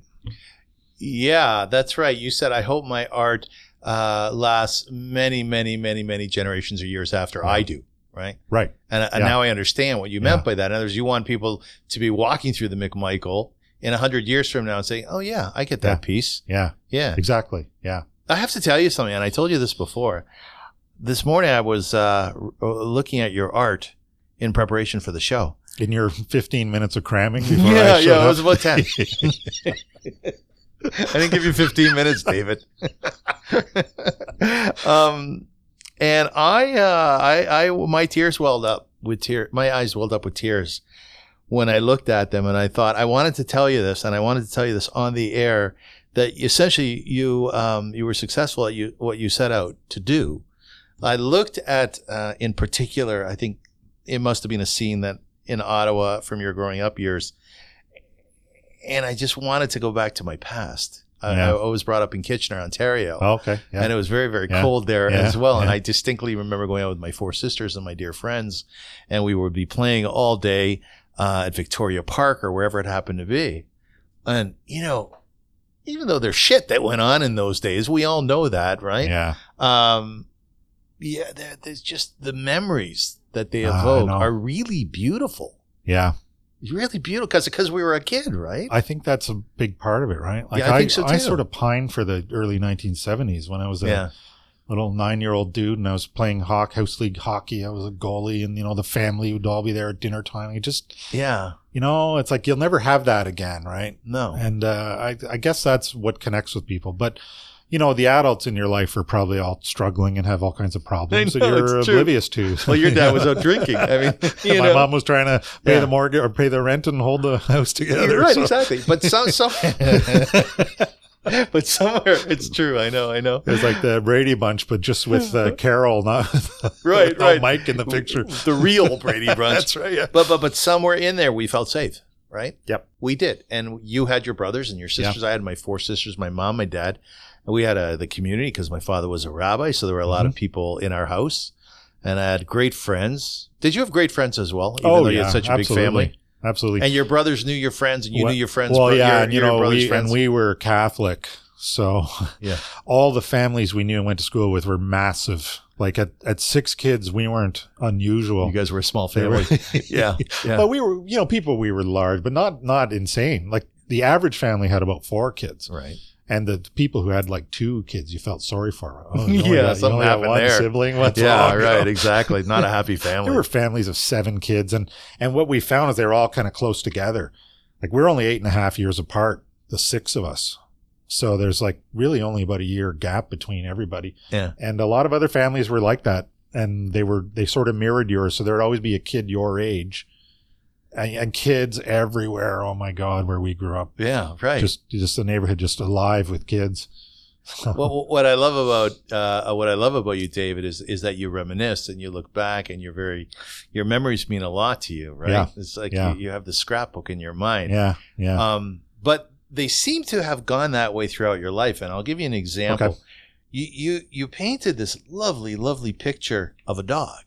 Yeah, that's right. You said, I hope my art uh, lasts many, many, many, many generations or years after I do. Right.
right
And, and
Yeah.
now I understand what you
Yeah.
meant by that. In other words, you want people to be walking through the McMichael in 100 years from now and saying, oh, yeah, I get that
Yeah.
piece.
yeah
Yeah.
exactly yeah
I have to tell you something, and I told you this before. This morning I was uh, r- looking at your art in preparation for the show.
in your 15 minutes of
<laughs>
cramming before I showed
yeah, it
up.
was about 10. I didn't give you 15 minutes, David. um, and I, uh, I, I, my tears welled up with tear. My eyes welled up with tears when I looked at them, and I thought I wanted to tell you this, and I wanted to tell you this on the air that essentially you, um, you were successful at you what you set out to do. I looked at, uh, in particular, I think it must have been a scene that in Ottawa from your growing up years and I just wanted to go back to my past. I,
Yeah.
I was brought up in Kitchener, Ontario,
Oh, okay. Yeah.
and it was very, very
Yeah.
cold there
Yeah.
as well. And
Yeah.
I distinctly remember going out with my four sisters and my dear friends, and we would be playing all day uh, at Victoria Park or wherever it happened to be. And you know, even though there's shit that went on in those days, we all know that, right?
yeah.
Um, yeah, there, there's just the memories that they
Ah, I
evoke
know.
are really beautiful,
Yeah.
really beautiful, because we were a kid, right?
I think that's a big part of it, right? Like
Yeah, I think so, too.
sort of pine for the early 1970s when I was a
yeah.
little nine-year-old dude and I was playing hock house league hockey. I was a goalie, and you know the family would all be there at dinner time. You just,
Yeah.
you know, it's like you'll never have that again, right?
No.
And uh, I, I guess that's what connects with people, but. You know, the adults in your life are probably all struggling and have all kinds of problems
know,
that you're
it's true.
oblivious to.
<laughs> Well, your dad
<laughs>
was out drinking. I mean, you
my
know.
mom was trying to pay
Yeah.
the mortgage or pay the rent and hold the house together. <laughs>
You're right,
so-
exactly. But some, some but somewhere it's true. I know. I know.
It's like the Brady Bunch, but just
<laughs>
with uh, Carol, not <laughs>
Right,
without
right.
Mike in the picture.
The real
<laughs>
Brady Bunch.
That's right. Yeah.
But but but somewhere in there we felt safe, right?
Yep.
We did, and you had your brothers and your sisters. I had my four sisters, my mom, my dad, and we had uh the community because my father was a rabbi, so there were a lot
Mm-hmm.
of people in our house, and I had great friends. Did you have great friends as well? Even though you had such a
Oh, absolutely.
big family,
Absolutely.
and your brothers knew your friends, and you
Well-
knew your friends.
well,
bro-
yeah,
your-
and you
your
know,
brothers'
we, and
friends.
we were Catholic, so <laughs>
Yeah.
all the families we knew and went to school with were massive. Like at, at six kids, we weren't unusual.
you guys were a small
They were-
family.
<laughs>
yeah, yeah.
But we were, you know, people we were large, but not not insane. Like the average family had about four kids,
right.
and the people who had like two kids, you felt sorry for.
<laughs>
Oh,
Yeah,
you got-
something
you only got
happened
one
there.
Sibling, what's
yeah,
wrong? <laughs> You
right.
know?
Exactly. Not a
<laughs>
happy family.
There were families of seven kids, and and what we found is they were all kind of close together. Like we're only eight and a half years apart, the six of us. So there's like really only about a year gap between everybody.
Yeah.
And a lot of other families were like that, and they were they sort of mirrored yours. So there'd always be a kid your age, and, and kids everywhere. Oh my God, where we grew up,
yeah, right.
just just the neighborhood just alive with kids. <laughs>
well, what I love about uh, what I love about you, David, is is that you reminisce and you look back and you're very your memories mean a lot to you, right?
Yeah.
It's like
Yeah.
you, you have the scrapbook in your mind.
yeah, yeah.
Um, but they seem to have gone that way throughout your life, and I'll give you an example.
Okay.
You you you painted this lovely, lovely picture of a dog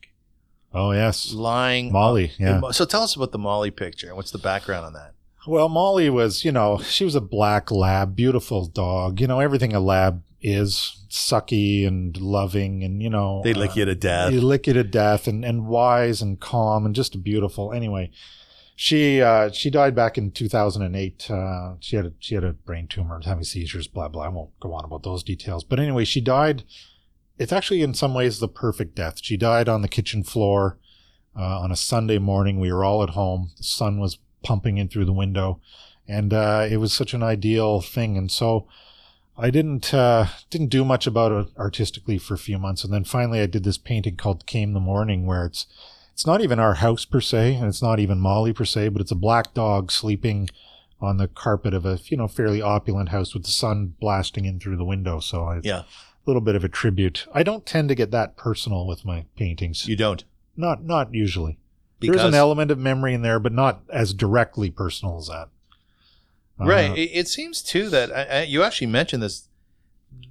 oh yes,
lying.
Molly. Yeah.
So tell us about the Molly picture and what's the background on that?
Well, Molly was, you know, she was a black lab, beautiful dog. You know, everything a lab is sucky and loving and, you know, uh,
They lick you to death.
you lick you to death and, and wise and calm and just beautiful. Anyway, she uh, she died back in 2008. Uh, she had a, she had a brain tumor, and having seizures, blah blah. I won't go on about those details. But anyway, she died. It's actually in some ways the perfect death. She died on the kitchen floor uh, on a Sunday morning. We were all at home. The sun was pumping in through the window, and uh, it was such an ideal thing. And so. I didn't uh, didn't do much about it artistically for a few months, and then finally I did this painting called "Came the Morning," where it's it's not even our house per se, and it's not even Molly per se, but it's a black dog sleeping on the carpet of a you know fairly opulent house with the sun blasting in through the window. So I,
Yeah.
a little bit of a tribute. I don't tend to get that personal with my paintings,
You don't
not not usually.
because
There's an element of memory in there, but not as directly personal as that. Uh,
Right. It, it seems too that I, I, you actually mentioned this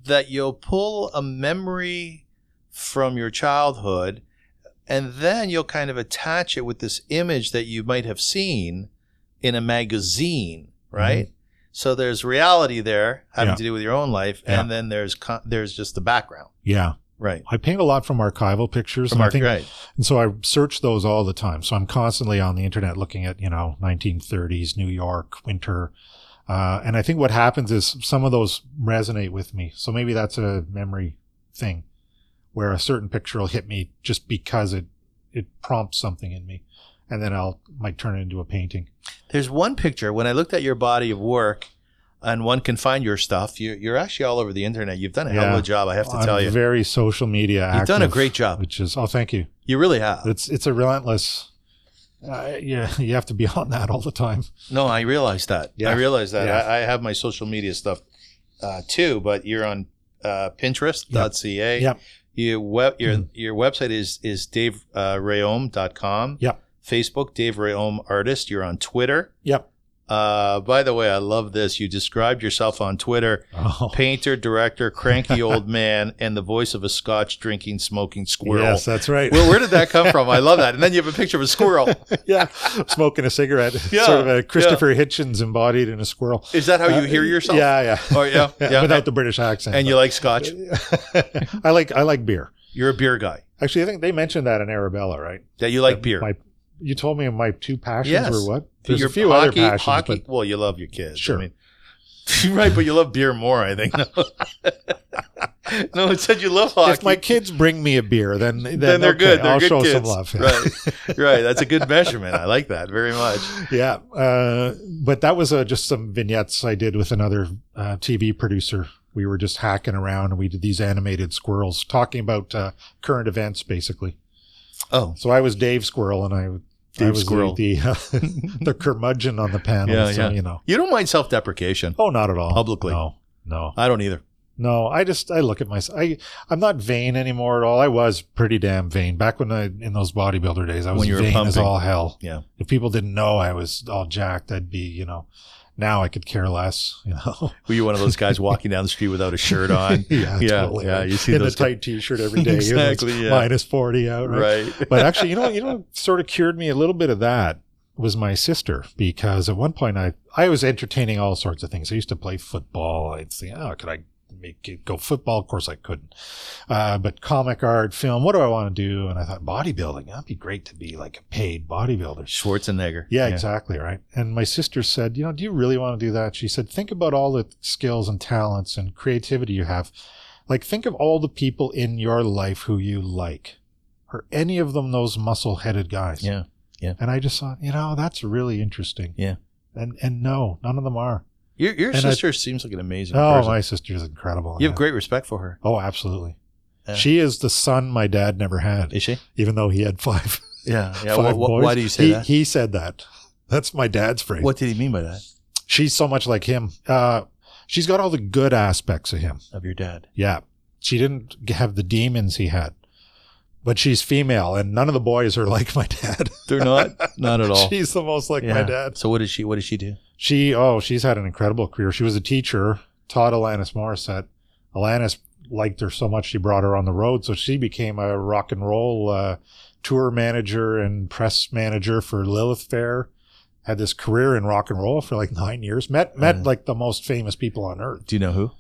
that you'll pull a memory from your childhood and then you'll kind of attach it with this image that you might have seen in a magazine, right? So there's reality there having
Mm-hmm. Yeah.
to do with your own life and then there's co- there's just the background.
yeah.
Right.
I paint a lot from archival pictures.
From
and
our
I think,
right.
And so I search those all the time. So I'm constantly on the internet looking at, you know, 1930s New York winter. Uh, and I think what happens is some of those resonate with me. So maybe that's a memory thing where a certain picture will hit me just because it, it prompts something in me. And then I'll might turn it into a painting.
There's one picture when I looked at your body of work and one can find your stuff. You're, you're actually all over the internet. You've done a hell of
Yeah.
a job, I have to
I'm
tell you.
very social media.
You've done a
active,
great job.
Which is oh, thank you.
You really have.
It's it's a relentless. Uh, yeah, <laughs> you have to be on that all the time.
No, I realize that.
Yeah.
I realize that.
Yeah.
I, I have my social media stuff uh, too, but you're on uh, Pinterest.ca.
Yep.
Your web your
Mm-hmm.
your website is is uh, daverayom.com.
Yep.
Facebook Dave Rayom artist. You're on Twitter.
Yep.
Uh, by the way, I love this. You described yourself on Twitter:
Oh.
painter, director,
<laughs>
cranky old man, and the voice of a Scotch drinking, smoking squirrel.
Yes, that's right.
Well, where did that come from? I love that. And then you have a picture of a squirrel.
<laughs> yeah, smoking
<laughs>
a cigarette.
Yeah,
sort of a Christopher Hitchens embodied in a squirrel.
Is that how you
Uh,
hear yourself?
Yeah, yeah.
Oh,
<laughs>
yeah, yeah.
Without the British accent.
And you like
<laughs>
Scotch?
like- I like I like beer.
You're a beer guy.
Actually, I think they mentioned that in Arabella, right?
That you like beer.
My, you told me my two passions
Yes.
were what? There's
Your
a few other
hockey-
passions,
hockey-
but
well, you love your kids.
Sure.
I mean, <laughs> right, but you love beer more, I think. <laughs> No, no it said you love hockey.
if my kids bring me a beer, then then,
then they're
okay,
good. They're
I'll
good
show
kids.
some love. <laughs>
Right, right. That's a good measurement. I like that very much.
yeah. Uh, but that was uh, just some vignettes I did with another uh, TV producer. We were just hacking around and we did these animated squirrels talking about uh, current events, basically.
Oh,
So I was Dave Squirrel and I, I
Dave
was
Squirrel.
the <laughs> the, uh, the curmudgeon on the panel.
Yeah,
so,
yeah.
you know.
you don't mind self-deprecation.
Oh, not at all.
Publicly.
No. No,
I don't either.
no. I just I look at myself. I I'm not vain anymore at all. I was pretty damn vain back when I in those bodybuilder days. I was
When you were
vain as
pumping.
all hell.
Yeah.
If people didn't know I was all jacked, I'd be you know. Now I could care less. <laughs> You know.
Were you one of those guys walking down the street without a shirt on?
<laughs> yeah,
Yeah,
totally. <laughs>
yeah, you see
in
those
the tight T-shirt every day. you know,
<laughs>
it's
Exactly, yeah.
minus forty out, right? but
<laughs>
actually, you know, you know, sort of cured me a little bit of that was my sister because at one point I I was entertaining all sorts of things. I used to play football. I'd say, oh, could I make it go football? Of course, I couldn't. Uh, but comic art, film, what do I want to do? And I thought bodybuilding. That'd be great to be like a paid bodybuilder.
Schwarzenegger.
Yeah, exactly right. And my sister said, you know, do you really want to do that? She said, think about all the skills and talents and creativity you have. Like, think of all the people in your life who you like. Are any of them those muscle headed guys?
Yeah, yeah.
And I just thought, you know, that's really interesting.
Yeah.
And and no, none of them are.
Your, your
And I-
sister seems like an amazing
Oh,
person.
my sister's incredible.
You have
Yeah.
great respect for her.
Oh, absolutely.
Yeah.
She is the son my dad never had,
Is she?
even though he had five.
Yeah. Yeah.
five
wh-
boys.
why do you say
He-
that?
He said that. That's my dad's phrase.
What did he mean by that?
she's so much like him. Uh, she's got all the good aspects of him.
Of your dad?
Yeah. She didn't g- have the demons he had, but she's female and none of the boys are <laughs> like my dad.
They're <laughs> not. not at all.
<laughs> she's the most like my
Yeah.
dad.
So what did she? What did she do?
She, oh, she's had an incredible career. She was a teacher, taught Alanis Morissette. Alanis liked her so much, she brought her on the road. So she became a rock and roll uh, tour manager and press manager for Lilith Fair. Had this career in rock and roll for like nine years. Met met
Yeah.
like the most famous people on earth.
Mm. Do you know who?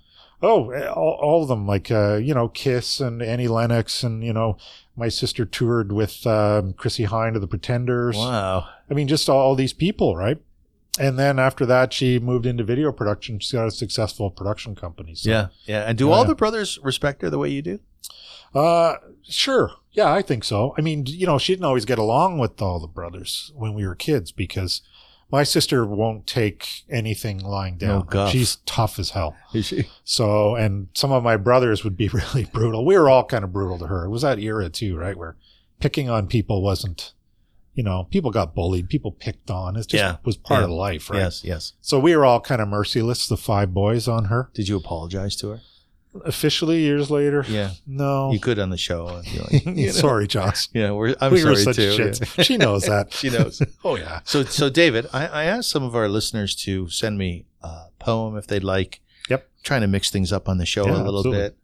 Oh, all, all of them, like uh, you know, Kiss and Annie Lennox, and you know, my sister toured with um, Chrissy Hine of the Pretenders.
Wow.
I mean, just all, all these people, right? And then after that, she moved into video production. She's got a successful production company. So.
Yeah. Yeah. And do
Yeah.
all the brothers respect her the way you do?
Uh, sure. Yeah, I think so. I mean, you know, she didn't always get along with all the brothers when we were kids because my sister won't take anything lying
No
down.
guff.
She's tough as hell.
Is she?
So, and some of my brothers would be <laughs> really brutal. We were all kind of brutal to her. It was that era too, right? Where picking on people wasn't, you know, people got bullied, people picked on. It just
Yeah.
was part
Yeah.
of life, right?
Yes. Yes.
So we were all kind of merciless, the five boys on her.
Did you apologize to her?
Officially, years later,
Yeah.
no. <laughs>
You could on the show. if <laughs> you like.
Sorry, Josh.
<laughs> yeah. We're, I'm
we
sorry
were such
too.
shits.
Yeah. <laughs>
She knows that.
She knows.
oh yeah.
So, so David, I, I asked some of our listeners to send me a poem if they'd like.
Yep.
Trying to mix things up on the show a
Yeah,
little
absolutely.
bit.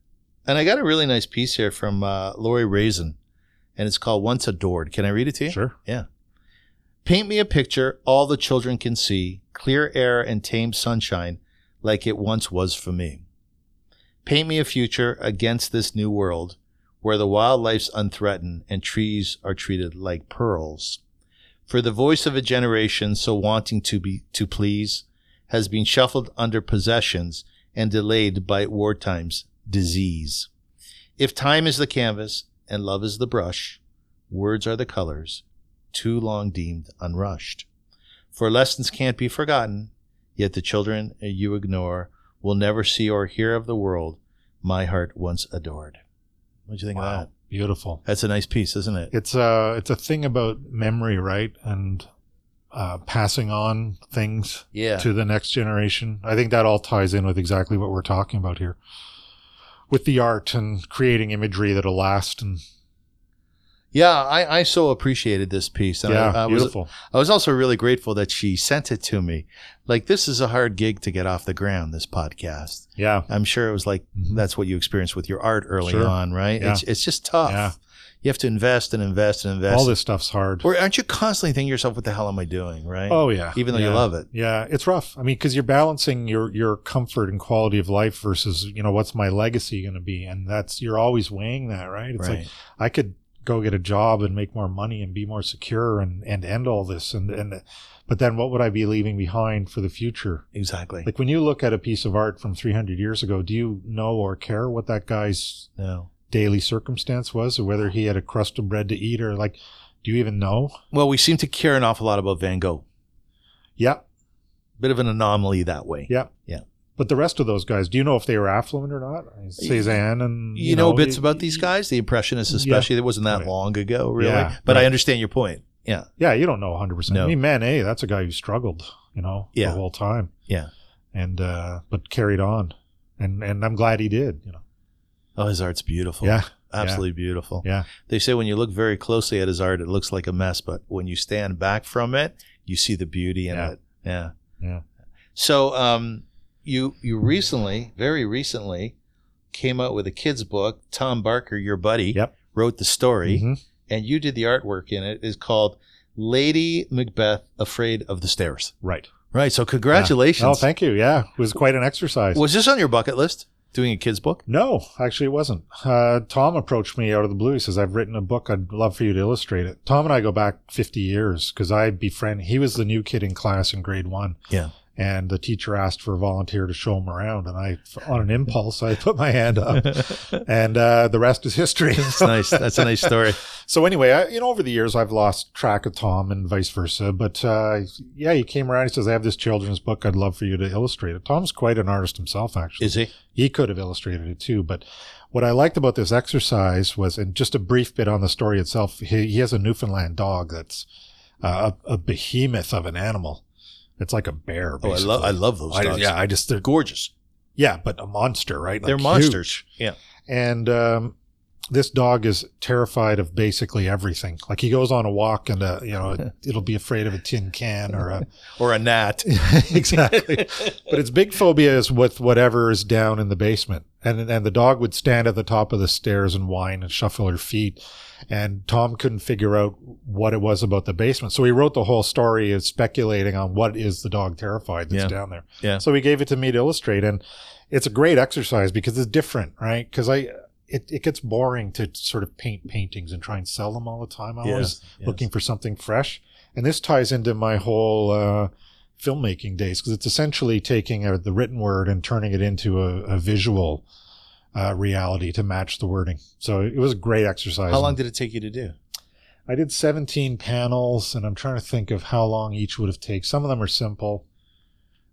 And I got a really nice piece here from uh, Lori Raisin, and it's called Once Adored. Can I read it to you?
Sure.
Paint me a picture all the children can see, clear air and tame sunshine, like it once was for me. Paint me a future against this new world, where the wildlife's unthreatened and trees are treated like pearls. For the voice of a generation so wanting to be to please has been shuffled under possessions and delayed by wartime's disease. If time is the canvas and love is the brush, words are the colors too long deemed unrushed. For lessons can't be forgotten, yet the children you ignore will never see or hear of the world my heart once adored. What do you think of that?
Wow. Beautiful.
That's a nice piece, isn't it?
it's a it's a thing about memory right and uh, passing on things
Yeah.
to the next generation i think that all ties in with exactly what we're talking about here with the art and creating imagery that'll last and
Yeah, I, I so appreciated this piece. And I,
yeah
I Uh, was,
beautiful
I was also really grateful that she sent it to me. Like, this is a hard gig to get off the ground, this podcast.
yeah
I'm sure it was like
Mhm.
that's what you experienced with your art early
Sure.
on, right?
Yeah.
It's, it's just tough.
Yeah.
You have to invest and invest and invest.
all this stuff's hard
Or aren't you constantly thinking to yourself, what the hell am I doing? Right.
oh yeah
Even though you
Yeah.
love it.
yeah it's rough i mean because you're balancing your your comfort and quality of life versus you know what's my legacy going to be and that's you're always weighing that right it's
right.
like I could go get a job and make more money and be more secure and, and end all this and, and but then what would I be leaving behind for the future?
exactly.
Like when you look at a piece of art from 300 years ago, do you know or care what that guy's
no.
daily circumstance was or whether he had a crust of bread to eat or like do you even know?
Well, we seem to care an awful lot about Van Gogh.
Yeah,
Bit of an anomaly that way.
yeah.
Yeah.
But the rest of those guys, do you know if they were affluent or not? Cezanne and
You, know, bits about these guys, the Impressionists, especially. It wasn't that
Right.
long ago, really.
Yeah,
but I
right.
understand your point. Yeah.
Yeah, you don't know 100%.
No.
I mean, Manet, that's a guy who struggled, you know,
Yeah.
the whole time.
Yeah.
And, uh, but carried on. and and I'm glad he did. You know,
Oh, his art's beautiful.
yeah,
Absolutely beautiful.
yeah,
They say when you look very closely at his art, it looks like a mess, but when you stand back from it, you see the beauty in
Yeah.
it. Yeah.
Yeah.
So, um, you you recently, very recently, came out with a kids book. Tom Barker, your buddy,
Yep.
wrote the story,
Mhm.
and you did the artwork in it. It's called Lady Macbeth Afraid of the Stairs.
right.
Right. So, congratulations.
Oh, thank you. Yeah, it was quite an exercise.
Was this on your bucket list? Doing a kids book?
No, actually, it wasn't. Uh, Tom approached me out of the blue. He says, "I've written a book. I'd love for you to illustrate it." Tom and I go back 50 years because I befriend. He was the new kid in class in grade one.
Yeah.
And the teacher asked for a volunteer to show him around, and I, on an impulse, I put my
<laughs>
hand up, and uh, the rest is history.
It's nice. That's a nice story.
<laughs> So anyway, I, you know, over the years, I've lost track of Tom and vice versa. But uh, yeah, he came around. He says, "I have this children's book. I'd love for you to illustrate it." Tom's quite an artist himself, actually
<laughs> Is he?
he could have illustrated it too. But what I liked about this exercise was, and just a brief bit on the story itself, he, he has a Newfoundland dog that's uh, a, a behemoth of an animal. It's like a bear.
Oh, I
basically.
love I love those
I-
dogs.
yeah, I just they're
Gorgeous.
yeah, but a monster, right?
They're
Like,
monsters.
huge.
Yeah.
And um, this dog is terrified of basically everything. Like he goes on a walk and uh,
<laughs>
you know it'll be afraid of a tin can or a <laughs>
Or a <laughs> gnat.
exactly. but its big phobia is with whatever is down in the basement. And and the dog would stand at the top of the stairs and whine and shuffle her feet. And Tom couldn't figure out what it was about the basement. So he wrote the whole story is speculating on what is the dog terrified that's
Yeah.
down there.
Yeah.
So he gave it to me to illustrate and it's a great exercise because it's different, right? Because I it, it gets boring to sort of paint paintings and try and sell them all the time. I always looking for something fresh. And this ties into my whole uh, filmmaking days because it's essentially taking uh the written word and turning it into a, a visual uh, reality to match the wording. So it was a great exercise.
How long did it take you to do?
I did 17 panels, and I'm trying to think of how long each would have taken. Some of them are simple.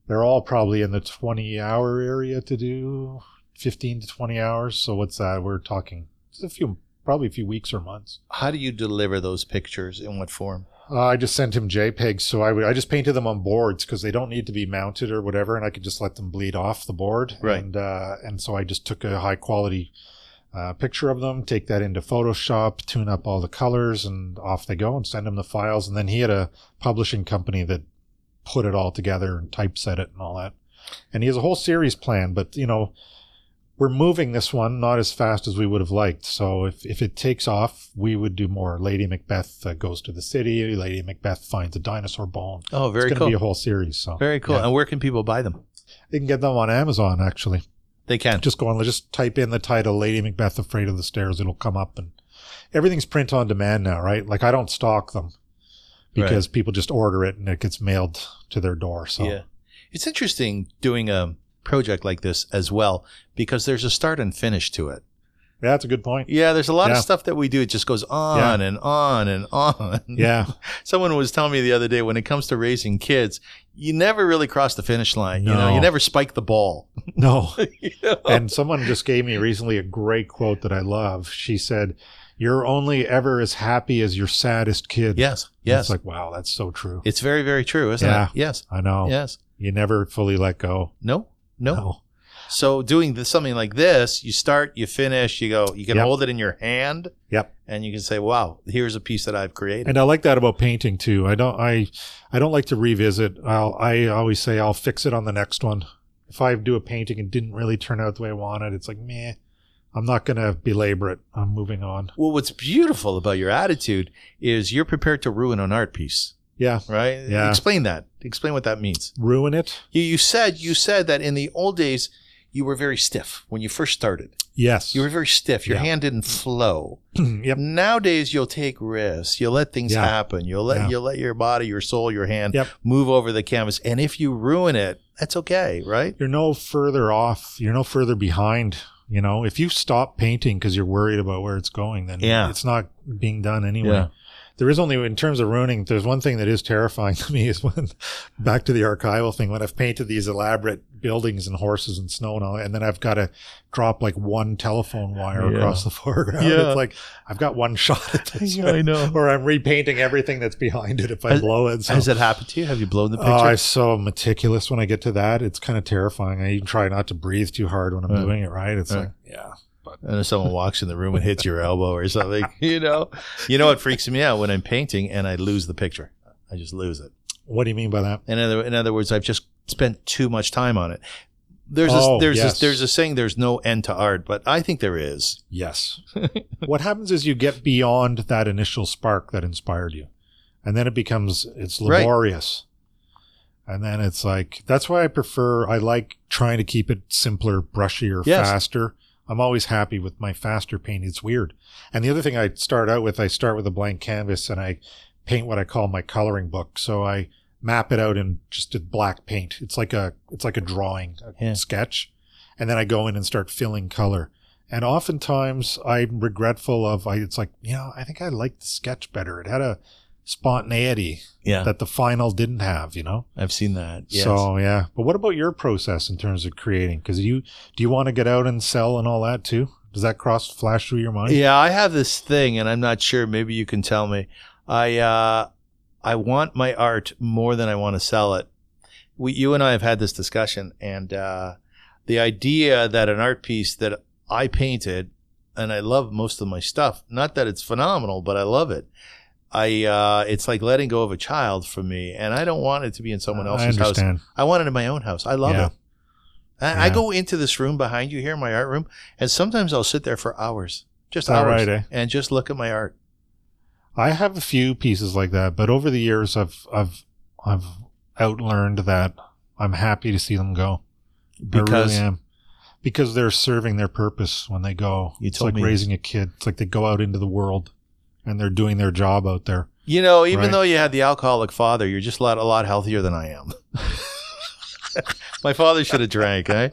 They're all probably in the 20 hour area to do, 15 to 20 hours. So what's that? We're talking just a few, probably a few weeks or months.
How do you deliver those pictures in what form?
Uh, I just sent him JPEGs, so I would I just painted them on boards because they don't need to be mounted or whatever, and I could just let them bleed off the board.
Right.
And uh, and so I just took a high quality uh, picture of them, take that into Photoshop, tune up all the colors, and off they go, and send him the files. And then he had a publishing company that put it all together and typeset it and all that. And he has a whole series planned, but you know, we're moving this one not as fast as we would have liked. So if, if it takes off, we would do more. Lady Macbeth uh, goes to the city. Lady Macbeth finds a dinosaur bone.
Oh,
It's
very
going to be
cool.
a whole series. So
Very cool.
Yeah.
And where can people buy them?
You can get them on Amazon actually.
They can.
Just go on. Just type in the title "Lady Macbeth Afraid of the Stairs." It'll come up, and everything's print on demand now, right? Like I don't stock them because people just order it and it gets mailed to their door. So
Yeah. It's interesting doing a project like this as well because there's a start and finish to it.
Yeah, that's a good point.
Yeah, there's a lot
Yeah.
of stuff that we do. It just goes on and on and on.
Yeah,
Someone was telling me the other day when it comes to raising kids, you never really cross the finish line. You know,
No.
you never spike the ball. <laughs>
no.
You know?
and someone just gave me recently a great quote that I love. She said, "You're only ever as happy as your saddest kid."
yes.
And
Yes.
It's like, wow, that's so true.
it's very, very true, isn't
Yeah. Oh.
it? Yes.
I know.
Yes.
You never fully let go.
No. no. So doing this, something like this, you start, you finish, you go, you can
Yep.
hold it in your hand.
Yep.
And you can say, wow, here's a piece that I've created.
And I like that about painting too. I don't I I don't like to revisit. I'll I always say I'll fix it on the next one. If I do a painting and didn't really turn out the way I wanted, it's like, meh. I'm not gonna belabor it. I'm moving on.
well, what's beautiful about your attitude is you're prepared to ruin an art piece,
Yeah.
right?
Yeah.
Explain that. Explain what that means.
Ruin it?
You, you said, you said that in the old days, you were very stiff when you first started.
Yes.
You were very stiff. Your
Yeah.
hand didn't flow.
<clears throat> yep.
Nowadays, you'll take risks. You'll let things
Yeah.
happen. You'll let
Yeah.
you'll let your body, your soul, your hand
Yep.
move over the canvas. And if you ruin it, that's okay,
<laughs>
right?
you're no further off you're no further behind you know if you stop painting because you're worried about where it's going then
Yeah.
it's not being done anyway
Yeah.
there is only in terms of ruining. There's one thing that is terrifying <laughs> to me is when back to the archival thing when I've painted these elaborate buildings and horses and snow and all, and then I've got to drop like one telephone wire
Yeah.
across the <laughs> foreground.
Yeah.
It's like I've got one shot at
<laughs>
this, <laughs>
I know.
or I'm repainting everything that's behind it if I
Has-
blow it. So.
Has that happened to you? Have you blown the picture?
Oh, I'm so meticulous when I get to that. It's kind of terrifying. I even try not to breathe too hard when I'm
Right.
doing it. Right? It's
Right.
like, yeah,
and if someone walks in the room and hits your elbow or something, <laughs> you know, you know what freaks me out when I'm painting and I lose the picture. I just lose it.
what do you mean by that?
In other, in other words, I've just spent too much time on it. There's
Oh,
this, there's
yes.
this, there's a saying there's no end to art, but I think there is. <laughs>
Yes. what happens is you get beyond that initial spark that inspired you, and then it becomes it's
Right.
laborious, and then it's like that's why I prefer I like trying to keep it simpler, brushier,
Yes.
faster. I'm always happy with my faster paint. It's weird. And the other thing I start out with, I start with a blank canvas and I paint what I call my coloring book. So I map it out in just a black paint. It's like a it's like a drawing, a
Yeah.
sketch, and then I go in and start filling color. And oftentimes I'm regretful of I it's like, you know, I think I liked the sketch better. It had a spontaneity
Yeah,
that the final didn't have, you know?
I've seen that. Yes.
So yeah. But what about your process in terms of creating? Because you do you want to get out and sell and all that too? Does that cross flash through your mind?
Yeah, I have this thing, and I'm not sure. Maybe you can tell me. I uh, I want my art more than I want to sell it. We, you and I have had this discussion, and uh, the idea that an art piece that I painted, and I love most of my stuff. Not that it's phenomenal, but I love it. I uh, it's like letting go of a child for me, and I don't want it to be in someone else's
Uh, I
house.
understand.
I want it in my own house. I love
Yeah.
it. I, I
Yeah.
go into this room behind you here, my art room, and sometimes I'll sit there for hours, just
All
hours,
right, eh?
and just look at my art.
I have a few pieces like that, but over the years, I've I've I've outlearned that I'm happy to see them go.
Because-
I really am. because they're serving their purpose when they go.
You
it's
told
like
me
raising a kid. It's like they go out into the world, and they're doing their job out there.
You know, even
Right.
though you had the alcoholic father, you're just a lot, a lot healthier than I am. <laughs> my father should have drank,
<laughs>
eh?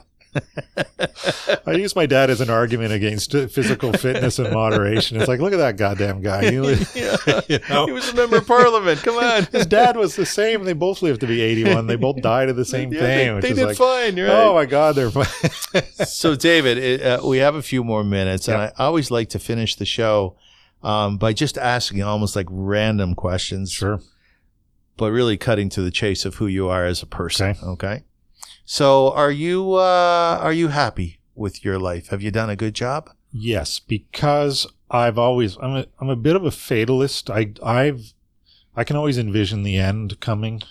I use my dad as an argument against physical fitness and moderation. It's like, look at that goddamn guy. He, li-
<laughs> yeah.
you know?
He was a member of parliament. Come on.
<laughs> His dad was the same. They both lived to be 81. They both
<laughs>
died of the same
Yeah,
thing.
They,
which
they
is
did
like,
fine. You're
Oh
right.
my God, they're fine.
so, David, it, uh, we have a few more minutes, and
Yeah.
I always like to finish the show um, by just asking almost like random questions.
sure.
but really cutting to the chase of who you are as a person. Okay. So are you uh, are you happy with your life? Have you done a good job?
Yes, because I've always I'm a I'm a bit of a fatalist. I I've I can always envision the end coming.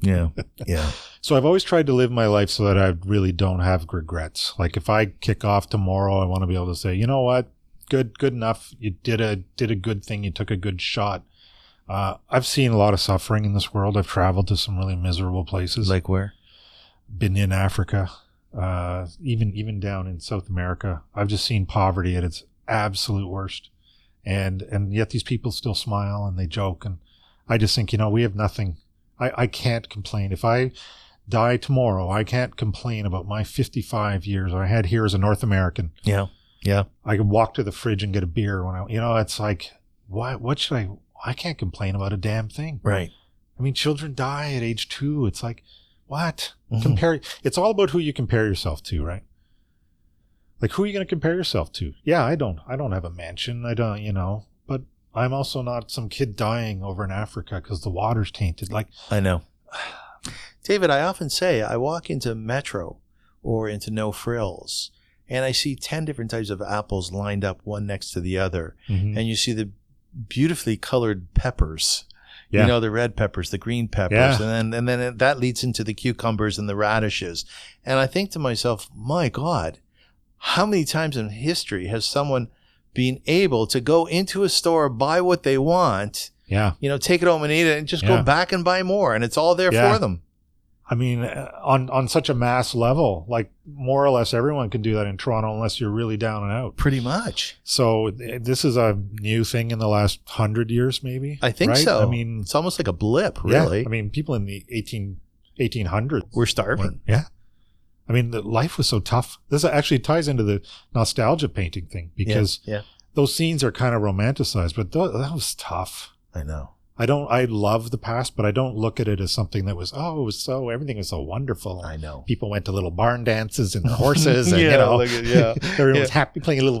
Yeah. <laughs> Yeah.
So I've always tried to live my life so that I really don't have regrets. Like if I kick off tomorrow, I want to be able to say, you know what, good good enough. You did a did a good thing. You took a good shot. Uh, I've seen a lot of suffering in this world. I've traveled to some really miserable places.
like where?
been in Africa, uh, even even down in South America. I've just seen poverty at its absolute worst, and and yet these people still smile and they joke, and I just think you know we have nothing. I I can't complain if I die tomorrow. I can't complain about my 55 years I had here as a North American.
Yeah. Yeah.
I could walk to the fridge and get a beer when I you know it's like why what should I I can't complain about a damn thing.
Right.
I mean children die at age 2. It's like what?
Mm-hmm.
compare it's all about who you compare yourself to right like who are you going to compare yourself to yeah i don't i don't have a mansion i don't you know but i'm also not some kid dying over in africa because the water's tainted like
I know. David, I often say I walk into Metro or into No Frills and I see 10 different types of apples lined up one next to the other
Mm-hmm.
and you see the beautifully colored peppers.
Yeah.
You know the red peppers, the green peppers,
Yeah.
and then and then it, that leads into the cucumbers and the radishes. And I think to myself, my God, how many times in history has someone been able to go into a store, buy what they want,
yeah
you know, take it home and eat it, and just
Yeah.
go back and buy more, and it's all there
Yeah.
for them.
i mean uh, on on such a mass level like more or less everyone can do that in toronto unless you're really down and out
Pretty much.
so th- this is a new thing in the last hundred years maybe
I think
right?
so.
i mean
it's almost like a blip,
yeah.
really.
i mean people in the 18 1800s
We're starving.
Yeah. I mean, the life was so tough. This actually ties into the nostalgia painting thing because
yeah.
those scenes are kind of romanticized, but tho- that was tough.
I know.
I don't. I love the past, but I don't look at it as something that was oh, it was so everything was so wonderful.
I know.
People went to little barn dances
<laughs>
and <laughs> horses, and you
Yeah,
know,
look at- yeah.
<laughs> everyone was happy playing little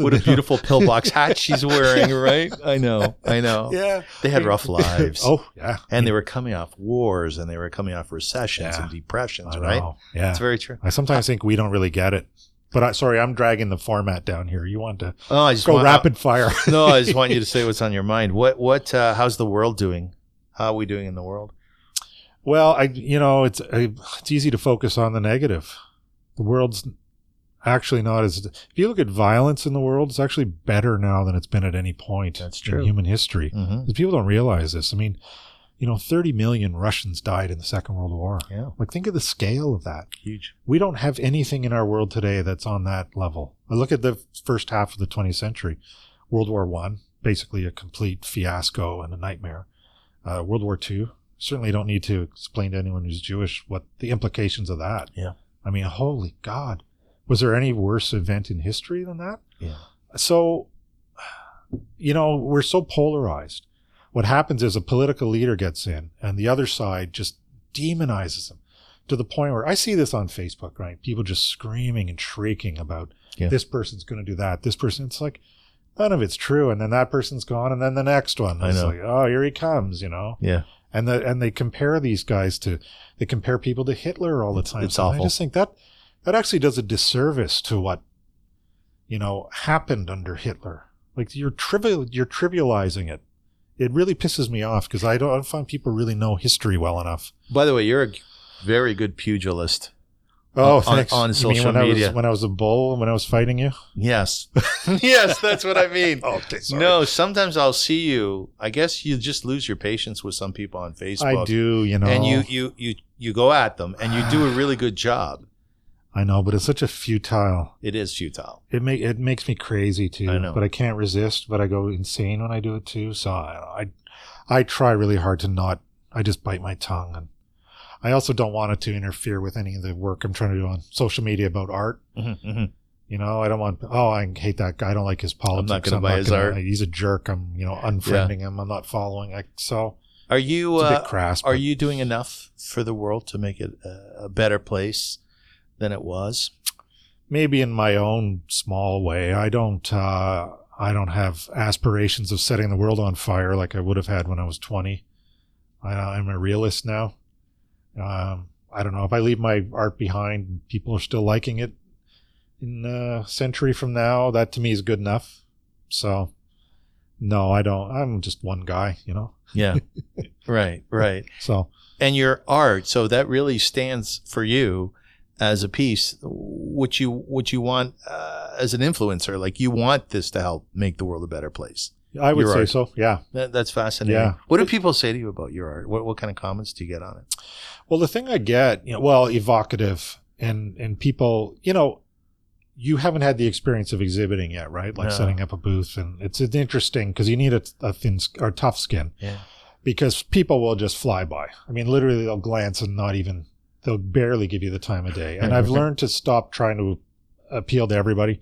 <laughs> What a
and, you know,
beautiful pillbox hat
<laughs>
she's wearing, right? I know. I know.
<laughs> yeah.
They had <laughs> rough lives.
Oh yeah,
And they were coming off wars and they were coming off recessions
Yeah.
and depressions,
I
right?
know. Yeah,
That's very true.
I sometimes think we don't really get it. But I, sorry, I'm dragging the format down here. You want to
Oh, I just
go
want-
<laughs>
rapid fire?
No,
I just
<laughs>
want you to say what's on your mind. What what uh, how's the world doing? How are we doing in the world?
<laughs> Well, I you know it's I, it's easy to focus on the negative. The world's actually not as if you look at violence in the world, it's actually better now than it's been at any point
That's
in
true.
human history.
Mm-hmm.
Because people don't realize this. I mean, you know, 30 million Russians died in the Second World War.
Yeah.
Like think of the scale of that.
Huge.
We don't have anything in our world today that's on that level. I look at the first half of the 20th century. World War One, basically a complete fiasco and a nightmare. Uh, World War Two, certainly don't need to explain to anyone who's Jewish what the implications of that.
Yeah.
I mean, holy God, was there any worse event in history than that?
Yeah.
So, you know, we're so polarized. What happens is a political leader gets in, and the other side just demonizes them to the point where I see this on Facebook, right? People just screaming and shrieking about
Yeah.
this person's going to do that. This person, it's like none of it's true. And then that person's gone, and then the next one.
I
It's
know.
like, oh, here he comes, you know?
Yeah.
And the, and they compare these guys to they compare people to Hitler all the time.
it's
And I
awful.
just think that that actually does a disservice to what you know happened under Hitler. Like you're trivial, you're trivializing it. It really pisses me off because I don't, I don't find people really know history well enough.
By the way, you're a very good pugilist.
Oh,
On-
thanks.
on
You mean
social
when I
media.
was, when I was a bull, when I was fighting you.
Yes. <laughs> yes, that's what
<laughs>
I mean.
Oh,
Okay,
No, sometimes I'll see you. I guess you just lose your patience with some people on Facebook.
I do. You know,
And you you you you go at them and you do a really good job.
I know, but it's such a futile.
It is futile.
It make it makes me crazy too.
I know.
But I can't resist. But I go insane when I do it too. So I, I, I try really hard to not. I just bite my tongue, and I also don't want it to interfere with any of the work I'm trying to do on social media about art. mm-hmm. You know, I don't want. Oh, I hate that guy. I don't like his politics.
gonna buy his
gonna-
art."
He's a jerk. I'm you know unfriending him. I'm not following. I, so
Are you
it's a
uh,
bit crass.
are
but-
you doing enough for the world to make it a, a better place than it was?
maybe in my own small way. I don't uh, I don't have aspirations of setting the world on fire like I would have had when I was 20. I, I'm a realist now. Um, I don't know if I leave my art behind and people are still liking it in a century from now. That to me is good enough. So no, I don't. I'm just one guy, you know.
Yeah. <laughs> right, right.
So
And your art, so that really stands for you as a piece what you what you want uh, as an influencer like you want this to help make the world a better place
I would
Your
say
art.
so. Yeah.
that, that's fascinating
Yeah.
what do people say to you about your art what, what kind of comments do you get on it
Well, the thing I get, you know, well, evocative and and people, you know, you haven't had the experience of exhibiting yet, right? Like
No.
setting up a booth, and it's, it's interesting because you need a, a thin sk- or tough skin
yeah
because people will just fly by. I mean, literally, they'll glance and not even they'll barely give you the time of day.
<laughs>
And I've learned to stop trying to appeal to everybody.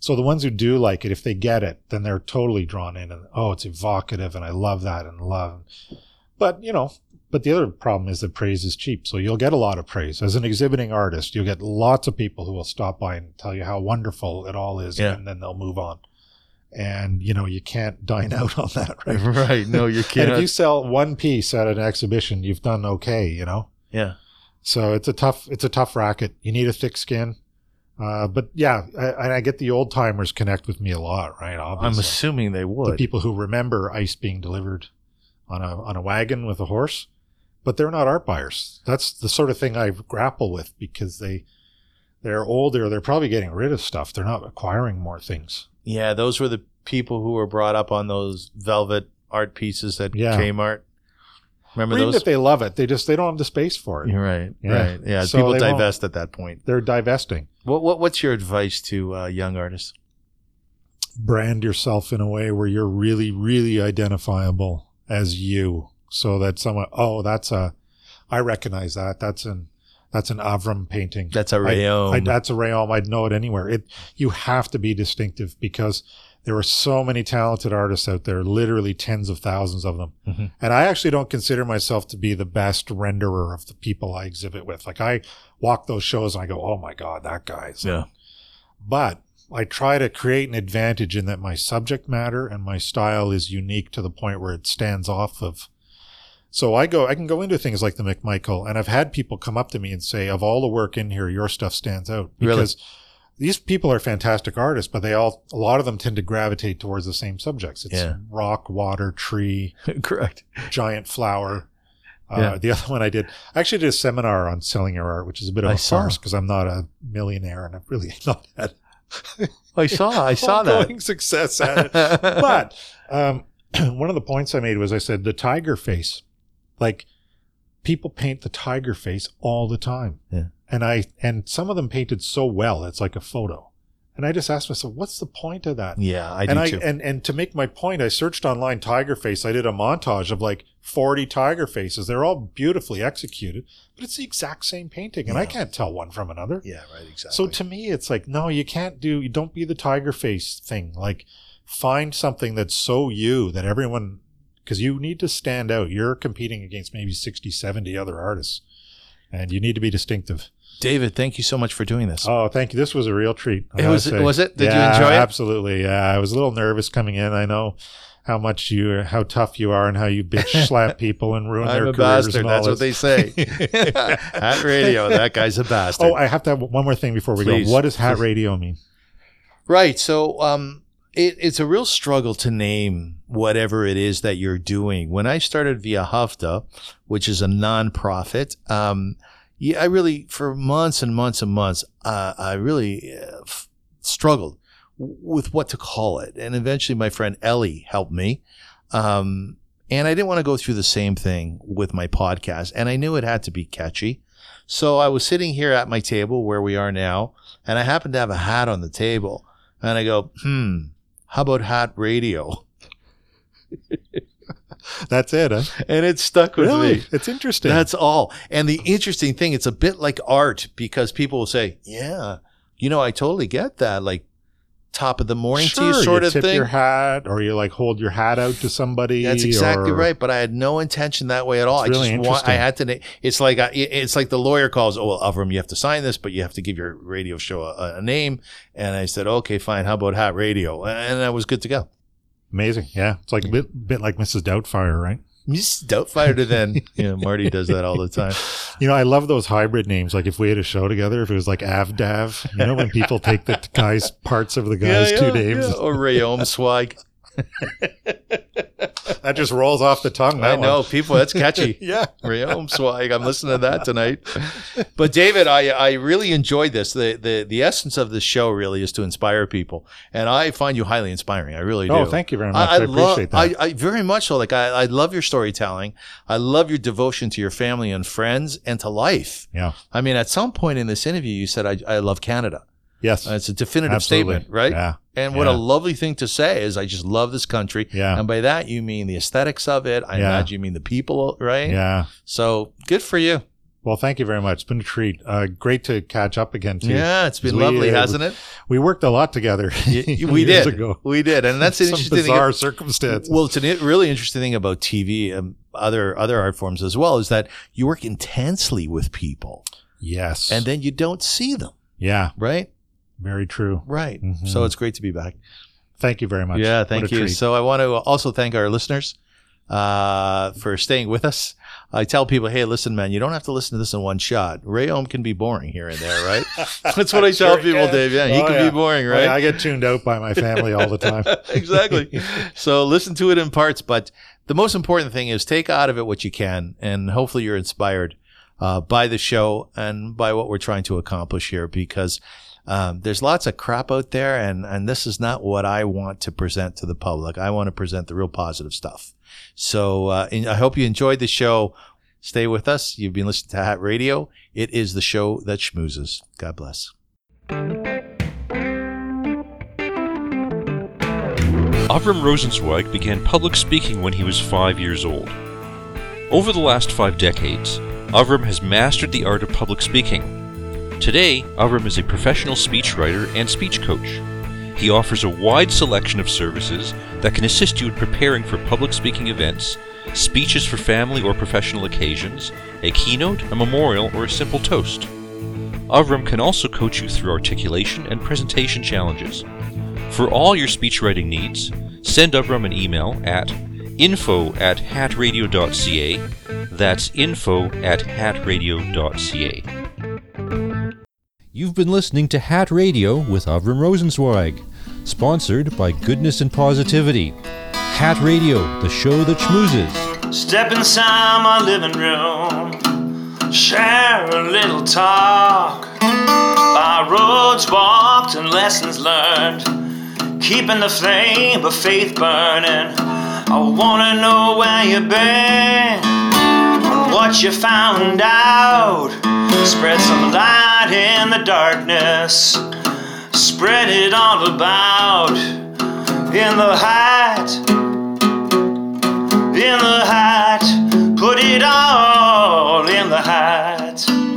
So the ones who do like it, if they get it, then they're totally drawn in, and oh, it's evocative, and I love that, and love. But you know, but the other problem is that praise is cheap, so you'll get a lot of praise as an exhibiting artist. You'll get lots of people who will stop by and tell you how wonderful it all is,
Yeah.
and then they'll move on. And you know, you can't <laughs> dine out on that, right?
<laughs> right no you
<laughs> And if
can't
you sell one piece at an exhibition, you've done okay, you know.
yeah
So it's a tough it's a tough racket. You need a thick skin. Uh, but yeah, I, and I get the old timers connect with me a lot, right?
i'm
Obviously,
assuming they
the
would
people who remember ice being delivered on a on a wagon with a horse, but they're not art buyers. That's the sort of thing I grapple with because they they're older. They're probably getting rid of stuff. They're not acquiring more things.
Yeah, those were the people who were brought up on those velvet art pieces at
Yeah.
Kmart. Remember
Even
those?
if they love it, they just they don't have the space for it.
You're right.
Yeah.
Right. Yeah.
So
people
they won't-
divest at that point.
They're divesting.
What, what What's your advice to uh, young artists?
brand yourself in a way where you're really, really identifiable as you. So that someone, oh, that's a, I recognize that. That's an, that's an Avram painting.
That's a
I-
Rayom.
I, that's a Rayom. I'd know it anywhere. It, you have to be distinctive because There are so many talented artists out there, literally tens of thousands of them.
Mhm.
And I actually don't consider myself to be the best renderer of the people I exhibit with. Like I walk those shows and I go, oh my God, that guy's.
Yeah.
But I try to create an advantage in that my subject matter and my style is unique to the point where it stands off of. So I go, I can go into things like the McMichael, and I've had people come up to me and say, of all the work in here, your stuff stands out
Really?
because these people are fantastic artists, but they all, a lot of them tend to gravitate towards the same subjects. It's
Yeah.
rock, water, tree,
<laughs> Correct.
giant flower. Uh,
Yeah.
The <laughs> other one I did, I actually did a seminar on selling your art, which is a bit of
I
a
saw.
farce because I'm not a millionaire and I'm really <laughs> not that
I saw. <laughs> I saw that.
ongoing success
<laughs>
at it. <laughs> but um, <clears throat> one of the points I made was I said the tiger face, like people paint the tiger face all the time,
Yeah.
and I and some of them painted so well it's like a photo, and I just asked myself, what's the point of that?
yeah, I do
and I
too.
and and to make my point, I searched online tiger face. I did a montage of like forty tiger faces. They're all beautifully executed, but it's the exact same painting, and I
Yeah.
can't tell one from another.
yeah, right. Exactly.
So to me, it's like, no, you can't do, you don't be the tiger face thing. Like, find something that's so you that everyone, because you need to stand out. You're competing against maybe 60, 70 other artists, and you need to be distinctive.
David, thank you so much for doing this.
Oh, thank you. This was a real treat. I
It was-
gotta say.
was it? Did you
Yeah,
enjoy it?
Absolutely. Yeah. I was a little nervous coming in. I know how much you, how tough you are and how you
<laughs>
bitch slap people and ruin
I'm a
their careers.
bastard.
and all
That's what
this.
they say.
<laughs>
<laughs> Hat radio. That guy's a bastard.
Oh, I have to have one more thing before we
Please.
go. What does hat radio mean?
Right. So um, it, it's a real struggle to name whatever it is that you're doing. When I started Via Hafta, which is a nonprofit, um, yeah, I really, for months and months and months, uh, I really uh, f- struggled w- with what to call it. And eventually my friend Ellie helped me. Um, and I didn't want to go through the same thing with my podcast. And I knew it had to be catchy. So I was sitting here at my table where we are now, and I happened to have a hat on the table. And I go, hmm, how about hot radio? <laughs>
That's it. Huh?
And it stuck with me.
It's interesting.
That's all. And the interesting thing, it's a bit like art because people will say, yeah, you know, I totally get that. Like top of the morning to you sort
you
of
tip
thing.
your hat, or you like hold your hat out to somebody.
That's exactly
or-
right. But I had no intention that way at all.
It's really
I just want, I
interesting.
had to, na- it's like, I, it- it's like the lawyer calls, oh, well, Avram, you have to sign this, but you have to give your radio show a, a name. And I said, okay, fine. How about hot radio? And I was good to go.
Amazing. Yeah, it's like a bit, bit like Mrs. Doubtfire, right?
Miss Doubtfire to then. <laughs> yeah, Marty does that all the time.
You know, I love those hybrid names. Like if we had a show together, if it was like Avdav, you know, when people
<laughs>
take the guy's parts of the guy's two names,
yeah, Or Rayom Swag.
that just rolls off the tongue.
I
<laughs> That
know,
one.
people, that's
<laughs>
catchy.
Yeah.
Rayom Swag. I'm listening to that tonight. But David, I, I really enjoyed this. The, the the essence of this show really is to inspire people. And I find you highly inspiring. I really do.
Oh, thank you very much. I,
I, I love,
appreciate that.
I, I very much so. Like I, I love your storytelling. I love your devotion to your family and friends and to life.
yeah.
I mean, at some point in this interview, you said, "I, I love Canada."
Yes.
Uh, It's a definitive
absolutely.
statement, right?
Yeah.
And what a
Yeah.
lovely thing to say is, I just love this country.
Yeah.
And by that, you mean the aesthetics of it. I
Yeah.
imagine you mean the people, right?
Yeah.
So good for you.
Well, thank you very much. It's been a treat. Uh, great to catch up again too.
Yeah, it's been
We- uh,
lovely, hasn't it?
We worked a lot together.
<laughs>
<laughs>
Y- We
years
did.
ago.
We did. And that's an
<laughs> Some
interesting
bizarre
thing.
circumstance.
Well, it's a really interesting thing about TV and other other art forms as well is that you work intensely with people
Yes.
and then you don't see them,
yeah,
right?
very true.
Right.
Mhm.
So it's great to be back.
Thank you very much.
Yeah,
What
thank
a
you.
treat.
So I want to also thank our listeners uh, for staying with us. I tell people, hey, listen, man, you don't have to listen to this in one shot. Ray Ohm can be boring here and there,
<laughs>
right? That's what I tell
Sure
people,
can.
Dave. Yeah, he
Oh,
can
yeah.
be boring, right?
I get tuned out by my
<laughs>
family all the time.
exactly.
<laughs>
So listen to it in parts, but the most important thing is take out of it what you can, and hopefully you're inspired uh, by the show and by what we're trying to accomplish here, because um, there's lots of crap out there, and and this is not what I want to present to the public. I want to present the real positive stuff. So uh, and I hope you enjoyed the show. Stay with us. You've been listening to Hat Radio. It is the show that schmoozes. God bless.
Avram Rosenzweig began public speaking when he was five years old. Over the last five decades, Avram has mastered the art of public speaking. Today, Avram is a professional speechwriter and speech coach. he offers a wide selection of services that can assist you in preparing for public speaking events, speeches for family or professional occasions, a keynote, a memorial, or a simple toast. Avram can also coach you through articulation and presentation challenges. For all your speechwriting needs, send Avram an email at info at hatradio.ca. That's info at hatradio.ca.
You've been listening to Hat Radio with Avram Rosenzweig, sponsored by Goodness and Positivity. Hat Radio, the show that schmoozes.
Step inside my living room, share a little talk. By roads walked and lessons learned, keeping the flame of faith burning. I wanna know where you've been, and what you found out. Spread some light in the darkness, spread it all about. In the height, in the hat, put it all in the hat.